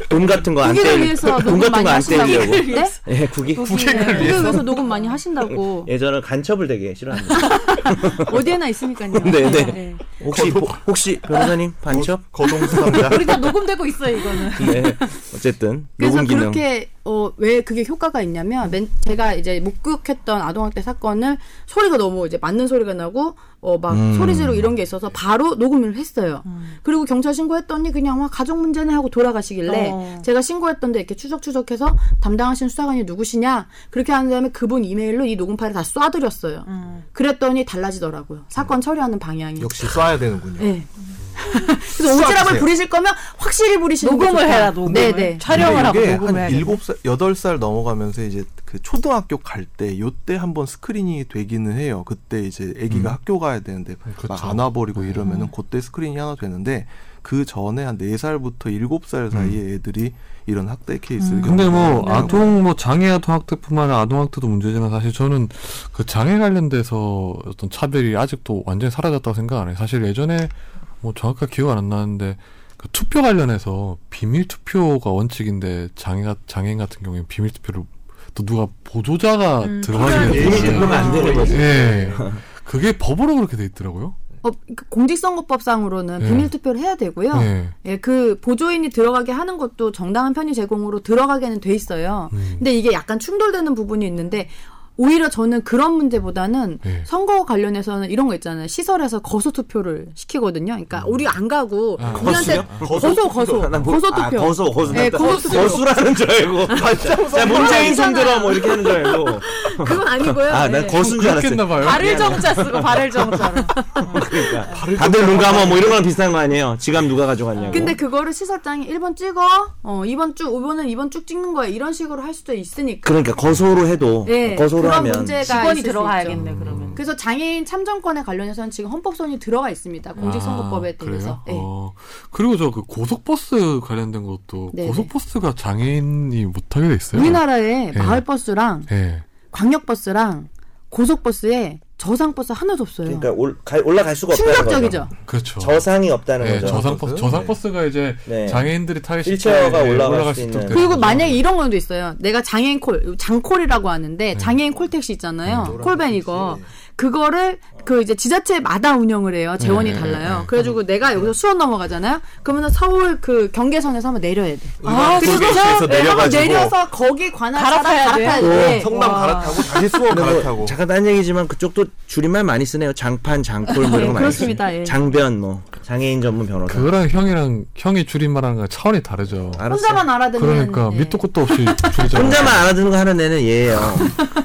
B: 돈 같은 거 안
F: 고기를
B: 떼려.
F: 위해서
B: 돈
F: 녹음
B: 같은
F: 많이
B: 거 안
F: 하신다고.
B: 떼려고.
F: 네?
B: 예, 국이
F: 고기를 위해서 녹음 많이 하신다고
B: 예, 저는 간첩을 되게 싫어합니다.
F: 아, 어디에나 있으니까요.
B: 네, 네. 혹시 보- 혹시 변호사님 반첩?
C: 거동수상자.
E: 우리 다 녹음되고 있어요 이거는.
B: 네. 어쨌든
F: 그래서
B: 녹음 기능.
F: 그렇게 어 왜 그게 효과가 있냐면 맨 제가 이제 목격했던 아동학대 사건을 소리가 너무 이제 맞는 소리가 나고 어 막
B: 음.
F: 소리 지르고 이런 게 있어서 바로 녹음을 했어요. 그리고 경찰 신고했더니 그냥 막 가족 문제네 하고 돌아가시길래
E: 어.
F: 제가 신고했던데 이렇게 추적추적해서 담당하신 수사관이 누구시냐 그렇게 한 다음에 그분 이메일로 이 녹음 파일 다 쏴드렸어요.
E: 음.
F: 그랬더니 달라지더라고요. 사건 처리하는 방향이.
C: 역시 쏴야 되는군요.
F: 네. 그래서 오지랖을 부리실 거면 확실히 부리시는 게
E: 녹음을
F: 좋다.
E: 해라 녹음을.
F: 네네.
E: 촬영을 하고
C: 이게
E: 녹음을
C: 한
E: 해야 돼.
C: 일곱 살 여덟 살 넘어가면서 이제 그 초등학교 갈 때 요때 한번 스크린이 되기는 해요. 그때 이제 아기가 학교 가야 되는데 막
A: 그렇죠.
C: 안아버리고 이러면은 그때 스크린이 하나 되는데 그 전에 한 네살부터 일곱 살 사이에 애들이 이런 학대
E: 음.
C: 케이스를
A: 근데
B: 네,
A: 뭐
C: 겪는다고 하더라고요.
A: 아동 뭐 장애 아동 학대뿐만 아니라 아동 학대도 문제지만 사실 저는 그 장애 관련돼서 어떤 차별이 아직도 완전히 사라졌다고 생각 안 해요. 사실 예전에 뭐 정확한 기억 안 나는데 그 투표 관련해서 비밀 투표가 원칙인데 장애 가- 장애인 같은 경우에 비밀 투표를 또 누가 보조자가 들어가게
B: 예,
A: 되는
B: 그러면 안 되는 거지.
F: 네.
A: 예. 그게 법으로 그렇게 돼 있더라고요.
F: 어, 그 공직선거법상으로는
A: 네.
F: 비밀 투표를 해야 되고요.
A: 예.
F: 예, 그 보조인이 들어가게 하는 것도 정당한 편의 제공으로 들어가게는 돼 있어요.
A: 음.
F: 근데 이게 약간 충돌되는 부분이 있는데 오히려 저는 그런 문제보다는
A: 네.
F: 선거 관련해서는 이런 거 있잖아요. 시설에서 거소 투표를 시키거든요. 그러니까 우리 안 가고
A: 음. 아,
F: 우리한테 거소 거소
B: 난 뭐-
F: 거소
B: 아,
F: 투표.
B: 거소 거소.
F: 네, 아,
B: 나-
F: 거소 투표.
B: 거수라는 줄 알고. 자, 문재인 성들어 뭐 이렇게 하는 줄 알고.
F: 그건 아니고요.
B: 아, 난
F: 네.
B: 거수인 줄 알았어.
A: 그렇겠나 봐요.
E: 발을 정자 쓰고 발을 정자로.
B: 그러니까. 다들 눈 감아 뭐 이런 거랑 비슷한 거 아니에요? 지갑 누가 가져갔냐고.
A: 어.
F: 근데 그거를 시설장이 1번 찍어. 어, 2번 쭉, 5번은 2번 쭉 찍는 거야. 이런 식으로 할 수도 있으니까.
B: 그러니까 거소로 해도
F: 예,
B: 거소로
F: 그런
B: 하면
F: 문제가
E: 직원이
F: 있을 수
E: 들어가야겠네
F: 있죠.
E: 그러면.
F: 그래서 장애인 참정권에 관련해서는 지금 헌법소원이 들어가 있습니다. 공직선거법에
A: 아, 그래요?
F: 대해서. 네.
A: 어, 그리고 저 그 고속버스 관련된 것도
F: 네네.
A: 고속버스가 장애인이 못하게 돼 있어요.
F: 우리나라에
A: 네.
F: 마을버스랑
A: 예.
F: 광역버스,랑 고속버스에 저상버스 하나도 없어요.
B: 그러니까 올, 가- 올라갈 수가 없다는 거죠.
F: 충격적이죠.
A: 그렇죠.
B: 저상이 없다는
A: 예,
B: 거죠.
A: 저상버스. 저상버스가 이제
B: 그렇죠? 네.
A: 장애인들이 타기
B: 휠체어가
A: 쉽게, 예,
B: 올라갈 수 있는.
A: 되는
F: 그리고
A: 거죠.
F: 만약에 이런 것도 있어요. 내가 장애인 콜, 장콜이라고
A: 네.
F: 하는데 장애인 콜택시
A: 음,
F: 있잖아요. 콜밴 이거.
C: 네.
F: 그거를
C: 어.
F: 그 이제 지자체마다 운영을 해요. 재원이
A: 네, 네,
F: 달라요.
A: 네.
F: 그래가지고 내가 여기서 수원 넘어가잖아요. 그러면 서울 그 경계선에서 한번 내려야 돼.
C: 아,
F: 그리고
C: 골뱅이에서
F: 네, 한번
C: 내려가지고. 어,
F: 내려서 거기 관할 차량
E: 갈아타야
F: 갈아타야
E: 돼요?
F: 돼. 네. 어,
C: 성남 갈아타고 다시 수원
B: 근데 뭐
C: 갈아타고
B: 잠깐 딴 얘기지만 그쪽도 줄임말 많이 쓰네요. 장판, 장골 뭐 이런 거
F: 네,
B: 많이
F: 그렇습니다. 예.
B: 쓰죠. 장변 뭐 장애인 전문 변호사.
A: 그거랑 형이랑 형이 줄임말하는 거 차원이 다르죠.
B: 알았어요.
F: 혼자만 알아듣는.
A: 그러니까
F: 네.
A: 밑도 끝도 없이 줄이잖아요.
B: 혼자만 알아듣는 거 하는 애는 얘예요.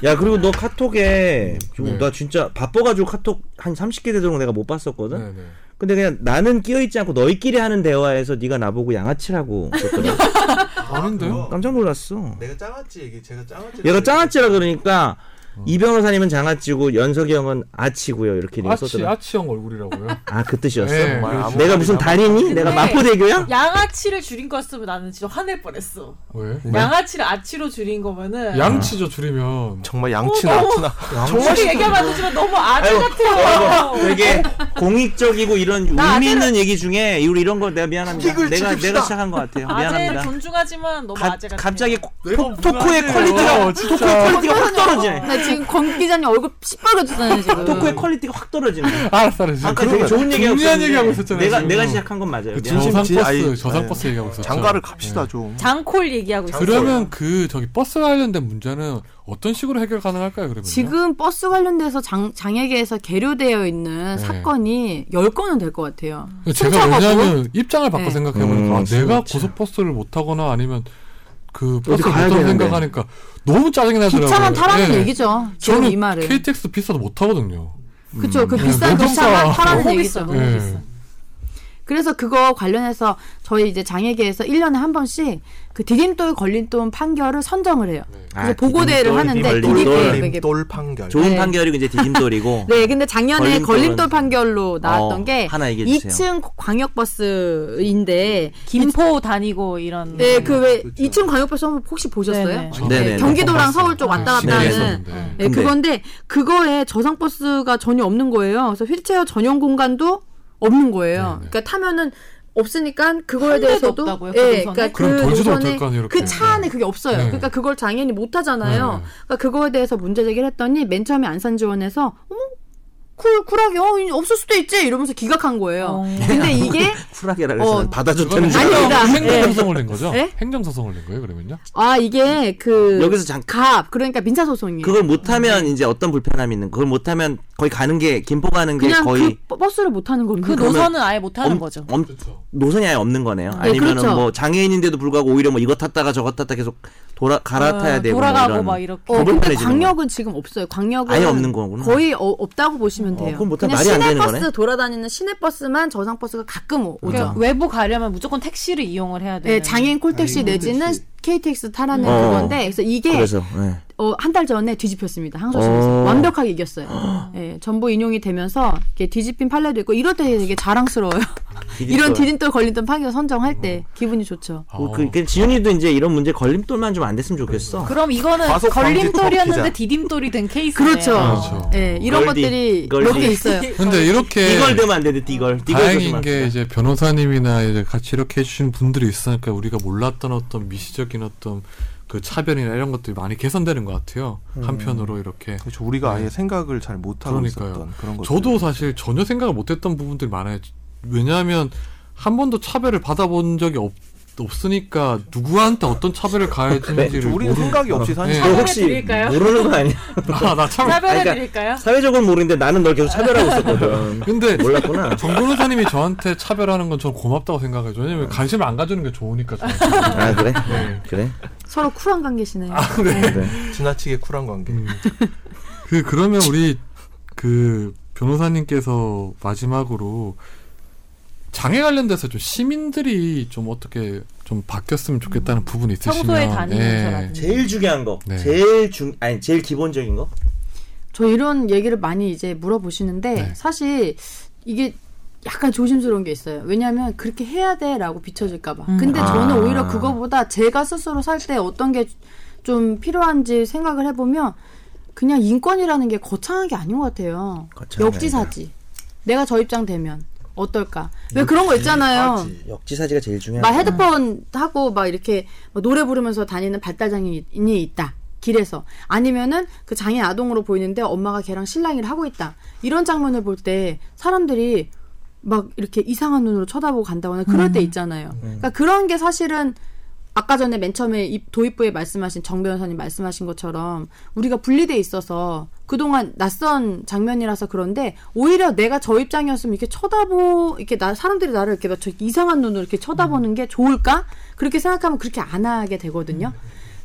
B: 야 그리고 너 카톡에 지금
A: 네.
B: 나 진짜 바빠가지고 카톡 한 30개 되도록 내가 못 봤었거든.
A: 네, 네.
B: 근데 그냥 나는 끼어있지 않고 너희끼리 하는 대화에서 네가 나보고 양아치라고 그랬더니
A: 아는데요?
B: 깜짝 놀랐어.
C: 내가 짱아찌 얘기 제가 짱아찌
B: 얘가 짱아찌라 그러니까 이 변호사님은 장아찌고 연석이 형은 아치고요 이렇게 얘기
A: 아치
B: 썼더라.
A: 아치형 얼굴이라고요.
B: 아그 뜻이었어.
A: 네,
C: 그렇지.
B: 내가 무슨 달인이? 내가
E: 네.
B: 마포대교야?
E: 양아치를 줄인 거였으면 나는 진짜 화낼 뻔했어.
A: 왜?
B: 네?
E: 양아치를 아치로 줄인 거면은
A: 양치죠 줄이면.
C: 정말 양치나
E: 어, 너무-
C: 아치나
E: 우리 얘기하면 안 되지만 너무 아들
B: 어, 아이고,
E: 같아요.
B: 되게 공익적이고 이런
E: 나
B: 의미 있는 얘기 중에 이걸 이런 거 내가 미안합니다.
C: 킥을
B: 내가
C: 찍읍시다.
B: 내가 시작한 것 같아요.
E: 아재를
B: 미안합니다.
E: 존중하지만 너무
B: 가,
E: 아재 같아.
B: 갑자기 코-
C: 내가
B: 토-
C: 무슨
B: 토크의
C: 아재예요.
B: 퀄리티가
C: 어, 진짜.
B: 토크의 퀄리티가 확 떨어지네.
F: 나 지금 권 기자님 얼굴 시뻘겋잖아요 지금.
C: 그-
B: 토크의 퀄리티가 확 떨어지네.
A: 알았어, 알았어.
B: 아까 되게 좋은 얘기하고
A: 중요한
B: 있었는데
A: 얘기하고 있었잖아요.
B: 내가
A: 지금.
B: 내가 시작한 네. 건 맞아요.
A: 그
B: 미안.
C: 진심 지- 아이-
A: 저상버스 저상버스
C: 아이-
A: 얘기하고 있었죠.
C: 장가를 갑시다
A: 예.
C: 좀.
E: 장콜 얘기하고 있어.
A: 그러면 그 저기 버스 관련된 문제는 어떤 식으로 해결 가능할까요? 그러면
F: 지금 버스 관련돼서 장, 장애계에서 계류되어 있는
A: 네.
F: 사건이 10건은 될 것 같아요.
A: 그러니까 제가
F: 승차가
A: 왜냐하면 입장을 바꿔
F: 네.
A: 생각해보니까
B: 음,
A: 아, 내가
B: 진짜.
A: 고속버스를 못 타거나 아니면 그 버스 못
B: 가야
A: 타고
B: 되는데.
A: 생각하니까 너무 짜증이 나더라고요.
F: 기차만 타라는
A: 예.
F: 얘기죠. 지금
A: 저는
F: 이 말은.
A: KTX 비싸도 못 타거든요.
F: 그쵸. 그
A: 음.
F: 비싼
A: 너무
F: 기차만
A: 비싸.
F: 타라는
E: 너무
F: 얘기죠.
E: 비싸.
A: 예.
F: 그래서 그거 관련해서 저희 이제 장애계에서 1년에 한 번씩 그 디딤돌 걸림돌 판결을 선정을 해요. 그래서
B: 아,
F: 보고대회를
B: 디딤돌,
F: 하는데
B: 디딤돌.
F: 디딤돌.
C: 돌림 돌 판결.
B: 좋은
F: 네.
B: 판결이고 이제 디딤돌이고.
F: 네, 근데 작년에
B: 걸림돌은-
F: 걸림돌 판결로 나왔던
B: 어,
F: 게
B: 하나 얘기해 주세요.
F: 2층 광역버스인데
E: 김포 다니고 이런.
F: 네, 그 왜 2층 광역버스 한번 혹시
E: 네네.
F: 보셨어요?
A: 저-
B: 네네.
F: 네, 경기도랑 서울 쪽 왔다 갔다
B: 네.
F: 하는
A: 네.
F: 네,
B: 근데-
F: 그건데 그거에 저상 버스가 전혀 없는 거예요. 그래서 휠체어 전용 공간도 없는 거예요.
A: 네, 네.
F: 그러니까 타면은 없으니까 그거에
E: 한 대도
F: 대해서도
E: 없다고요, 그
F: 예,
E: 노선에?
F: 그러니까 그
A: 그럼 돌지도
F: 노선에
A: 못할 거 아니에요, 이렇게.
F: 그 차 안에 그게 없어요.
A: 네.
F: 그러니까 그걸 당연히 못 하잖아요.
A: 네.
F: 그러니까 그거에 대해서 문제 제기를 했더니 맨 처음에 안산지원에서 어머 쿨 쿨하게 어, 없을 수도 있지 이러면서 기각한 거예요.
E: 어.
F: 근데 이게
B: 쿨하게라 그래서
F: 어,
B: 받아줬다는 줄
F: 아니,
B: 알았어요.
F: 아니다. 예.
A: 뭐 행정소송을 낸 거죠?
F: 예?
A: 행정소송을 낸 거예요, 그러면요?
F: 아 이게 그
B: 여기서 잠깐
F: 갑 그러니까 민사 소송이에요.
B: 그걸 못하면 이제 어떤 불편함이 있는 그걸 못하면 거의 가는 게 김포 가는 게
F: 그냥
B: 거의
F: 그 버스를 못 타는 겁니다.
E: 그 노선은 아예 못하는 거죠.
B: 엄,
A: 그렇죠.
B: 노선이 아예 없는 거네요.
F: 네,
B: 아니면은
F: 그렇죠.
B: 뭐 장애인인데도 불구하고 오히려 뭐 이거 탔다가 저거 탔다 계속 돌아 갈아타야
E: 어,
B: 되고 뭐
E: 돌아가고
B: 이런.
E: 막 이렇게.
F: 어,
B: 법을
F: 근데
B: 보내주는
F: 광역은 지금 없어요. 광역은
B: 아예 없는 거구나.
F: 거의 어- 없다고 보시면
B: 어,
F: 돼요.
B: 그럼 못하-
F: 그냥
B: 말이 안 되는
F: 시내버스
B: 거네.
F: 돌아다니는 시내버스만 저상버스가 가끔 오- 오죠.
E: 그러니까 외부 가려면 무조건 택시를 이용을 해야 돼요.
F: 네, 장애인
E: 아,
F: 콜택시
C: 장애인
F: 내지는
C: 콜택시.
F: KTX 타라는
B: 어.
F: 그건데 그래서 이게 어,
B: 그래서 예.
F: 한 달 전에 뒤집혔습니다. 항소심에서
B: 어.
F: 완벽하게 이겼어요. 예, 전부 인용이 되면서 이렇게 뒤집힌 판례도 있고 이럴 때 되게 자랑스러워요. 이런 디딤돌 걸림돌 파기가 선정할 때 기분이 좋죠.
A: 아.
B: 어, 그, 그 지윤이도 이제 이런 문제 걸림돌만 좀 안 됐으면 좋겠어.
A: 그렇죠.
E: 그럼 이거는
C: 과속 방지
E: 걸림돌이었는데
C: 기자.
E: 디딤돌이 된 어. 케이스.
F: 그렇죠.
B: 아,
A: 그렇죠.
F: 예, 이런
B: 걸디,
F: 것들이 몇
B: 걸디.
F: 개 있어요.
A: 근데
E: 네.
A: 이렇게
B: 이걸 되면 안 되는데 이걸.
A: 다행인 게 이제 변호사님이나 이제 같이 이렇게 해주신 분들이 있으니까 우리가 몰랐던 어떤 미시적인 어떤 그 차별이나 이런 것들이 많이 개선되는 것 같아요. 한편으로 이렇게.
C: 그렇죠. 우리가 아예 생각을 잘 못하고
A: 네. 그러니까요.
C: 있었던 그런 것.
A: 저도 사실 전혀 생각을 못했던 부분들이 많아요. 왜냐하면 한 번도 차별을 받아본 적이 없, 없으니까 누구한테 어떤 차별을 가해지는지를
C: 네, 그렇죠. 우리는 생각이 없이 사니까.
A: 예.
B: 혹시
E: 드릴까요?
B: 모르는 거 아니야?
A: 아, 나 차별.
E: 차별해
B: 그러니까-
E: 드릴까요?
B: 사회적으로는 모르는데 나는 널 계속 차별하고 있었거든.
A: 근데
B: 몰랐구나.
A: 정 변호사님이 저한테 차별하는 건 저는 고맙다고 생각해요. 왜냐면 관심을 안 가주는 게 좋으니까. 저한테.
B: 아 그래?
A: 네.
B: 그래?
F: 서로 쿨한 관계시네요.
C: 지나치게 쿨한 관계.
A: 음. 그 그러면 우리 그 변호사님께서 마지막으로 장애 관련돼서 좀 시민들이 좀 어떻게 좀 바뀌었으면 좋겠다는 부분이 있으시면
E: 음.
A: 예.
E: 평소에 다니면서라든지.
B: 제일 중요한 거,
A: 네.
B: 제일 중 아니 제일 기본적인 거.
F: 저 이런 얘기를 많이 이제 물어보시는데
A: 네.
F: 사실 이게 약간 조심스러운 게 있어요. 왜냐하면 그렇게 해야 돼라고 비춰질까봐. 근데
B: 아.
F: 저는 오히려 그거보다 제가 스스로 살 때 어떤 게 좀 필요한지 생각을 해보면 그냥 인권이라는 게 거창한 게 아닌 것 같아요.
B: 거창한 게
F: 역지사지. 내가 저 입장 되면 어떨까? 왜 그런 거 있잖아요.
B: 역지사지가 제일 중요한.
F: 막
B: 거.
F: 헤드폰 하고 막 이렇게 막 노래 부르면서 다니는 발달장애인이 있다. 길에서 아니면은 그 장애 아동으로 보이는데 엄마가 걔랑 실랑이를 하고 있다. 이런 장면을 볼 때 사람들이 막 이렇게 이상한 눈으로 쳐다보고 간다거나 그럴
B: 음.
F: 때 있잖아요. 그러니까 그런 게 사실은 아까 전에 맨 처음에 이- 도입부에 말씀하신 정 변호사님 말씀하신 것처럼 우리가 분리돼 있어서 그동안 낯선 장면이라서 그런데 오히려 내가 저 입장이었으면 이렇게 쳐다보 이렇게 나 사람들이 나를 이렇게 막저 이상한 눈으로 이렇게 쳐다보는 게 좋을까 그렇게 생각하면 그렇게 안 하게 되거든요.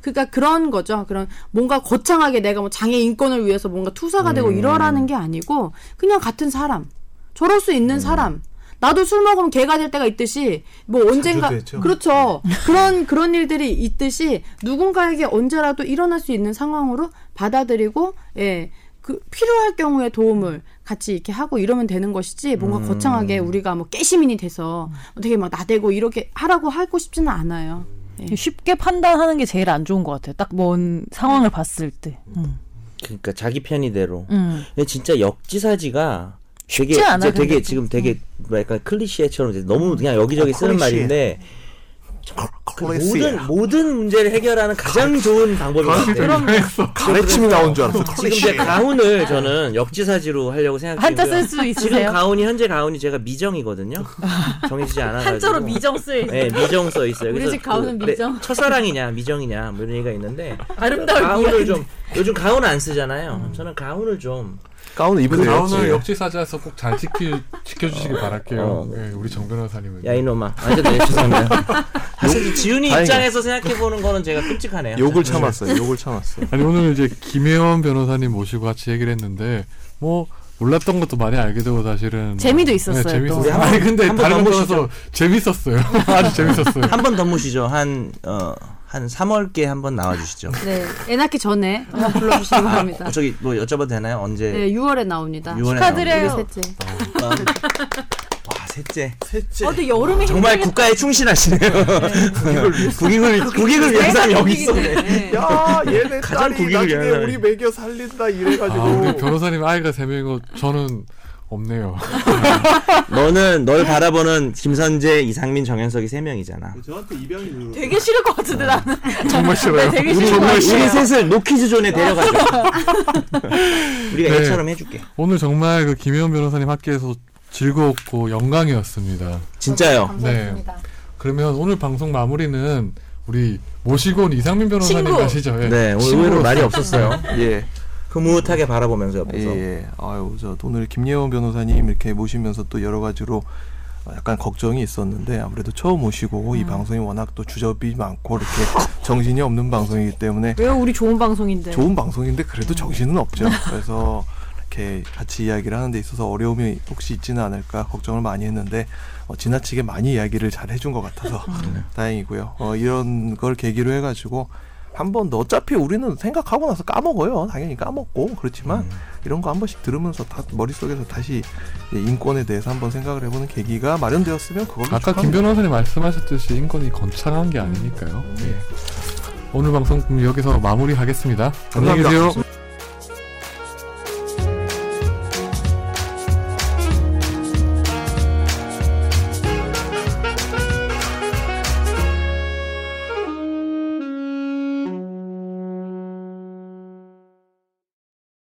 F: 그러니까 그런 거죠. 그런 뭔가 거창하게 내가 뭐 장애 인권을 위해서 뭔가 투사가 되고 이러라는 게 아니고 그냥 같은 사람 저럴 수 있는 사람. 나도 술 먹으면 개가 될 때가 있듯이 뭐 언젠가
C: 되죠.
F: 그렇죠. 그런 그런 일들이 있듯이 누군가에게 언제라도 일어날 수 있는 상황으로 받아들이고 예. 그 필요할 경우에 도움을 같이 이렇게 하고 이러면 되는 것이지 뭔가
B: 음.
F: 거창하게 우리가 뭐 깨시민이 돼서 어떻게 막 나대고 이렇게 하라고 하고 싶지는 않아요.
D: 네.
F: 예.
E: 그러니까 쉽게 판단하는 게 제일 안 좋은 것 같아요. 딱 먼 상황을 봤을 때. 음.
B: 그러니까 자기 편의대로.
E: 음.
B: 근데 진짜 역지사지가 되게
E: 쉽지 않아,
B: 진짜 되게
E: 근데. 음.
B: 지금 되게 뭐 약간 클리셰처럼 이제 너무 그냥 여기저기 쓰는
C: 어, 클리셰.
B: 말인데 그
C: 클리셰야.
B: 모든 모든 문제를 해결하는 가장 좋은 방법인 것 같아요.
E: 그
C: 가래침이 나온 줄 알았어.
B: 지금 제 가훈을 저는 역지사지로 하려고 생각
E: 네. 한자
B: 중이고요.
E: 쓸 수
B: 지금
E: 있으세요?
B: 가훈이 현재 가훈이 제가 미정이거든요. 정해지지 않아가지고
E: 한자로 미정 쓰여 있어요.
B: 네, 미정 써 있어요.
F: 우리
B: 그래서
F: 집 가훈은
B: 그- 네,
F: 미정.
B: 첫사랑이냐, 미정이냐, 뭐 이런 얘기가 있는데.
E: 아름다울
B: 가훈을 좀, 요즘 가훈 안 쓰잖아요. 저는 가훈을 좀.
C: 가운을 입은
A: 그 다운을 역지사지에서 꼭 잘 지키 지켜주시길 바랄게요.
B: 어.
A: 예, 우리 정 변호사님은.
B: 야, 이놈아. 아, 네, 죄송합니다. 사실 지훈이 입장에서 생각해보는 거는 제가 끔찍하네요.
C: 욕을 참았어요. 욕을 참았어요.
A: 아니 오늘 이제 김혜원 변호사님 모시고 같이 얘기를 했는데 뭐 몰랐던 것도 많이 알게 되고 사실은 네,
E: 재미도 있었어요, 또.
B: 우리
A: 재밌었어요.
B: 한
A: 아니
B: 번-
A: 근데
B: 한번
A: 다른
B: 더
A: 거라서 재밌었어요. 아주 재밌었어요.
B: 한 번 더 모시죠. 한, 어, 한 3월께 한 번 나와주시죠.
F: 네. 애 낳기 전에 한번 불러주시기 바랍니다.
B: 어, 저기, 뭐 여쭤봐도 되나요? 언제?
F: 네, 6월에 나옵니다.
B: 6월에 어.
E: 축하드려요.
F: 우리 셋째.
B: 나오는 와, 셋째. 셋째.
E: 아, 근데 여름에
B: 정말 국가에 충실하시네요. 국익을, 국익을 위한 사람이 여기 있어.
F: 네.
C: 야 얘네
B: 가장
C: 딸이
B: 국익을
C: 나중에
B: 위한
C: 우리 먹여 살린다 이래가지고
A: 아, 우리 변호사님 아이가 세 명이고 저는 없네요.
B: 너는 널 바라보는 김선재, 이상민, 정현석이 세 명이잖아.
G: 저한테 입양이 그
E: 되게 싫을 것 같은데 나는 네,
A: 정말 싫어요.
E: 되게
B: 우리
E: 싫을 것
B: 우리
E: 같아요.
B: 셋을 노키즈 존에 데려가자. 우리가
A: 네.
B: 애처럼 해줄게.
A: 오늘 정말 그 김혜원 변호사님 학교에서 즐거웠고 영광이었습니다.
B: 진짜요.
A: 감사합니다. 그러면 오늘 방송 마무리는 우리 모시고 온 이상민 변호사님
E: 친구.
A: 하시죠. 예.
B: 네, 오늘 의외로 말이 없었어요.
C: 예.
B: 흐뭇하게 바라보면서 옆에서.
C: 예, 예. 아유, 저 오늘 김예원 변호사님 이렇게 모시면서 또 여러 가지로 어, 약간 걱정이 있었는데 아무래도 처음 오시고 이 방송이 워낙 또 주접이 많고 이렇게 정신이 없는 방송이기 때문에
E: 왜요? 우리 좋은
D: 네.
E: 방송인데.
C: 좋은 방송인데 그래도 정신은 없죠. 그래서 이렇게 같이 이야기를 하는 데 있어서 어려움이 혹시 있지는 않을까 걱정을 많이 했는데 어, 지나치게 많이 이야기를 잘 해준 것 같아서
A: 네.
C: 다행이고요. 어, 이런 걸 계기로 해가지고 한 번 더 어차피 우리는 생각하고 나서 까먹어요. 당연히 까먹고 그렇지만
A: 음.
C: 이런 거 한 번씩 들으면서 다 머릿속에서 다시 이제 인권에 대해서 한번 생각을 해보는 계기가 마련되었으면 그걸로
A: 아까 김
C: 축하합니다.
A: 변호사님 말씀하셨듯이 인권이 건창한 게 아니니까요. 예. 오늘 방송 그럼 여기서 마무리하겠습니다. 안녕히
C: 감사합니다.
A: 계세요.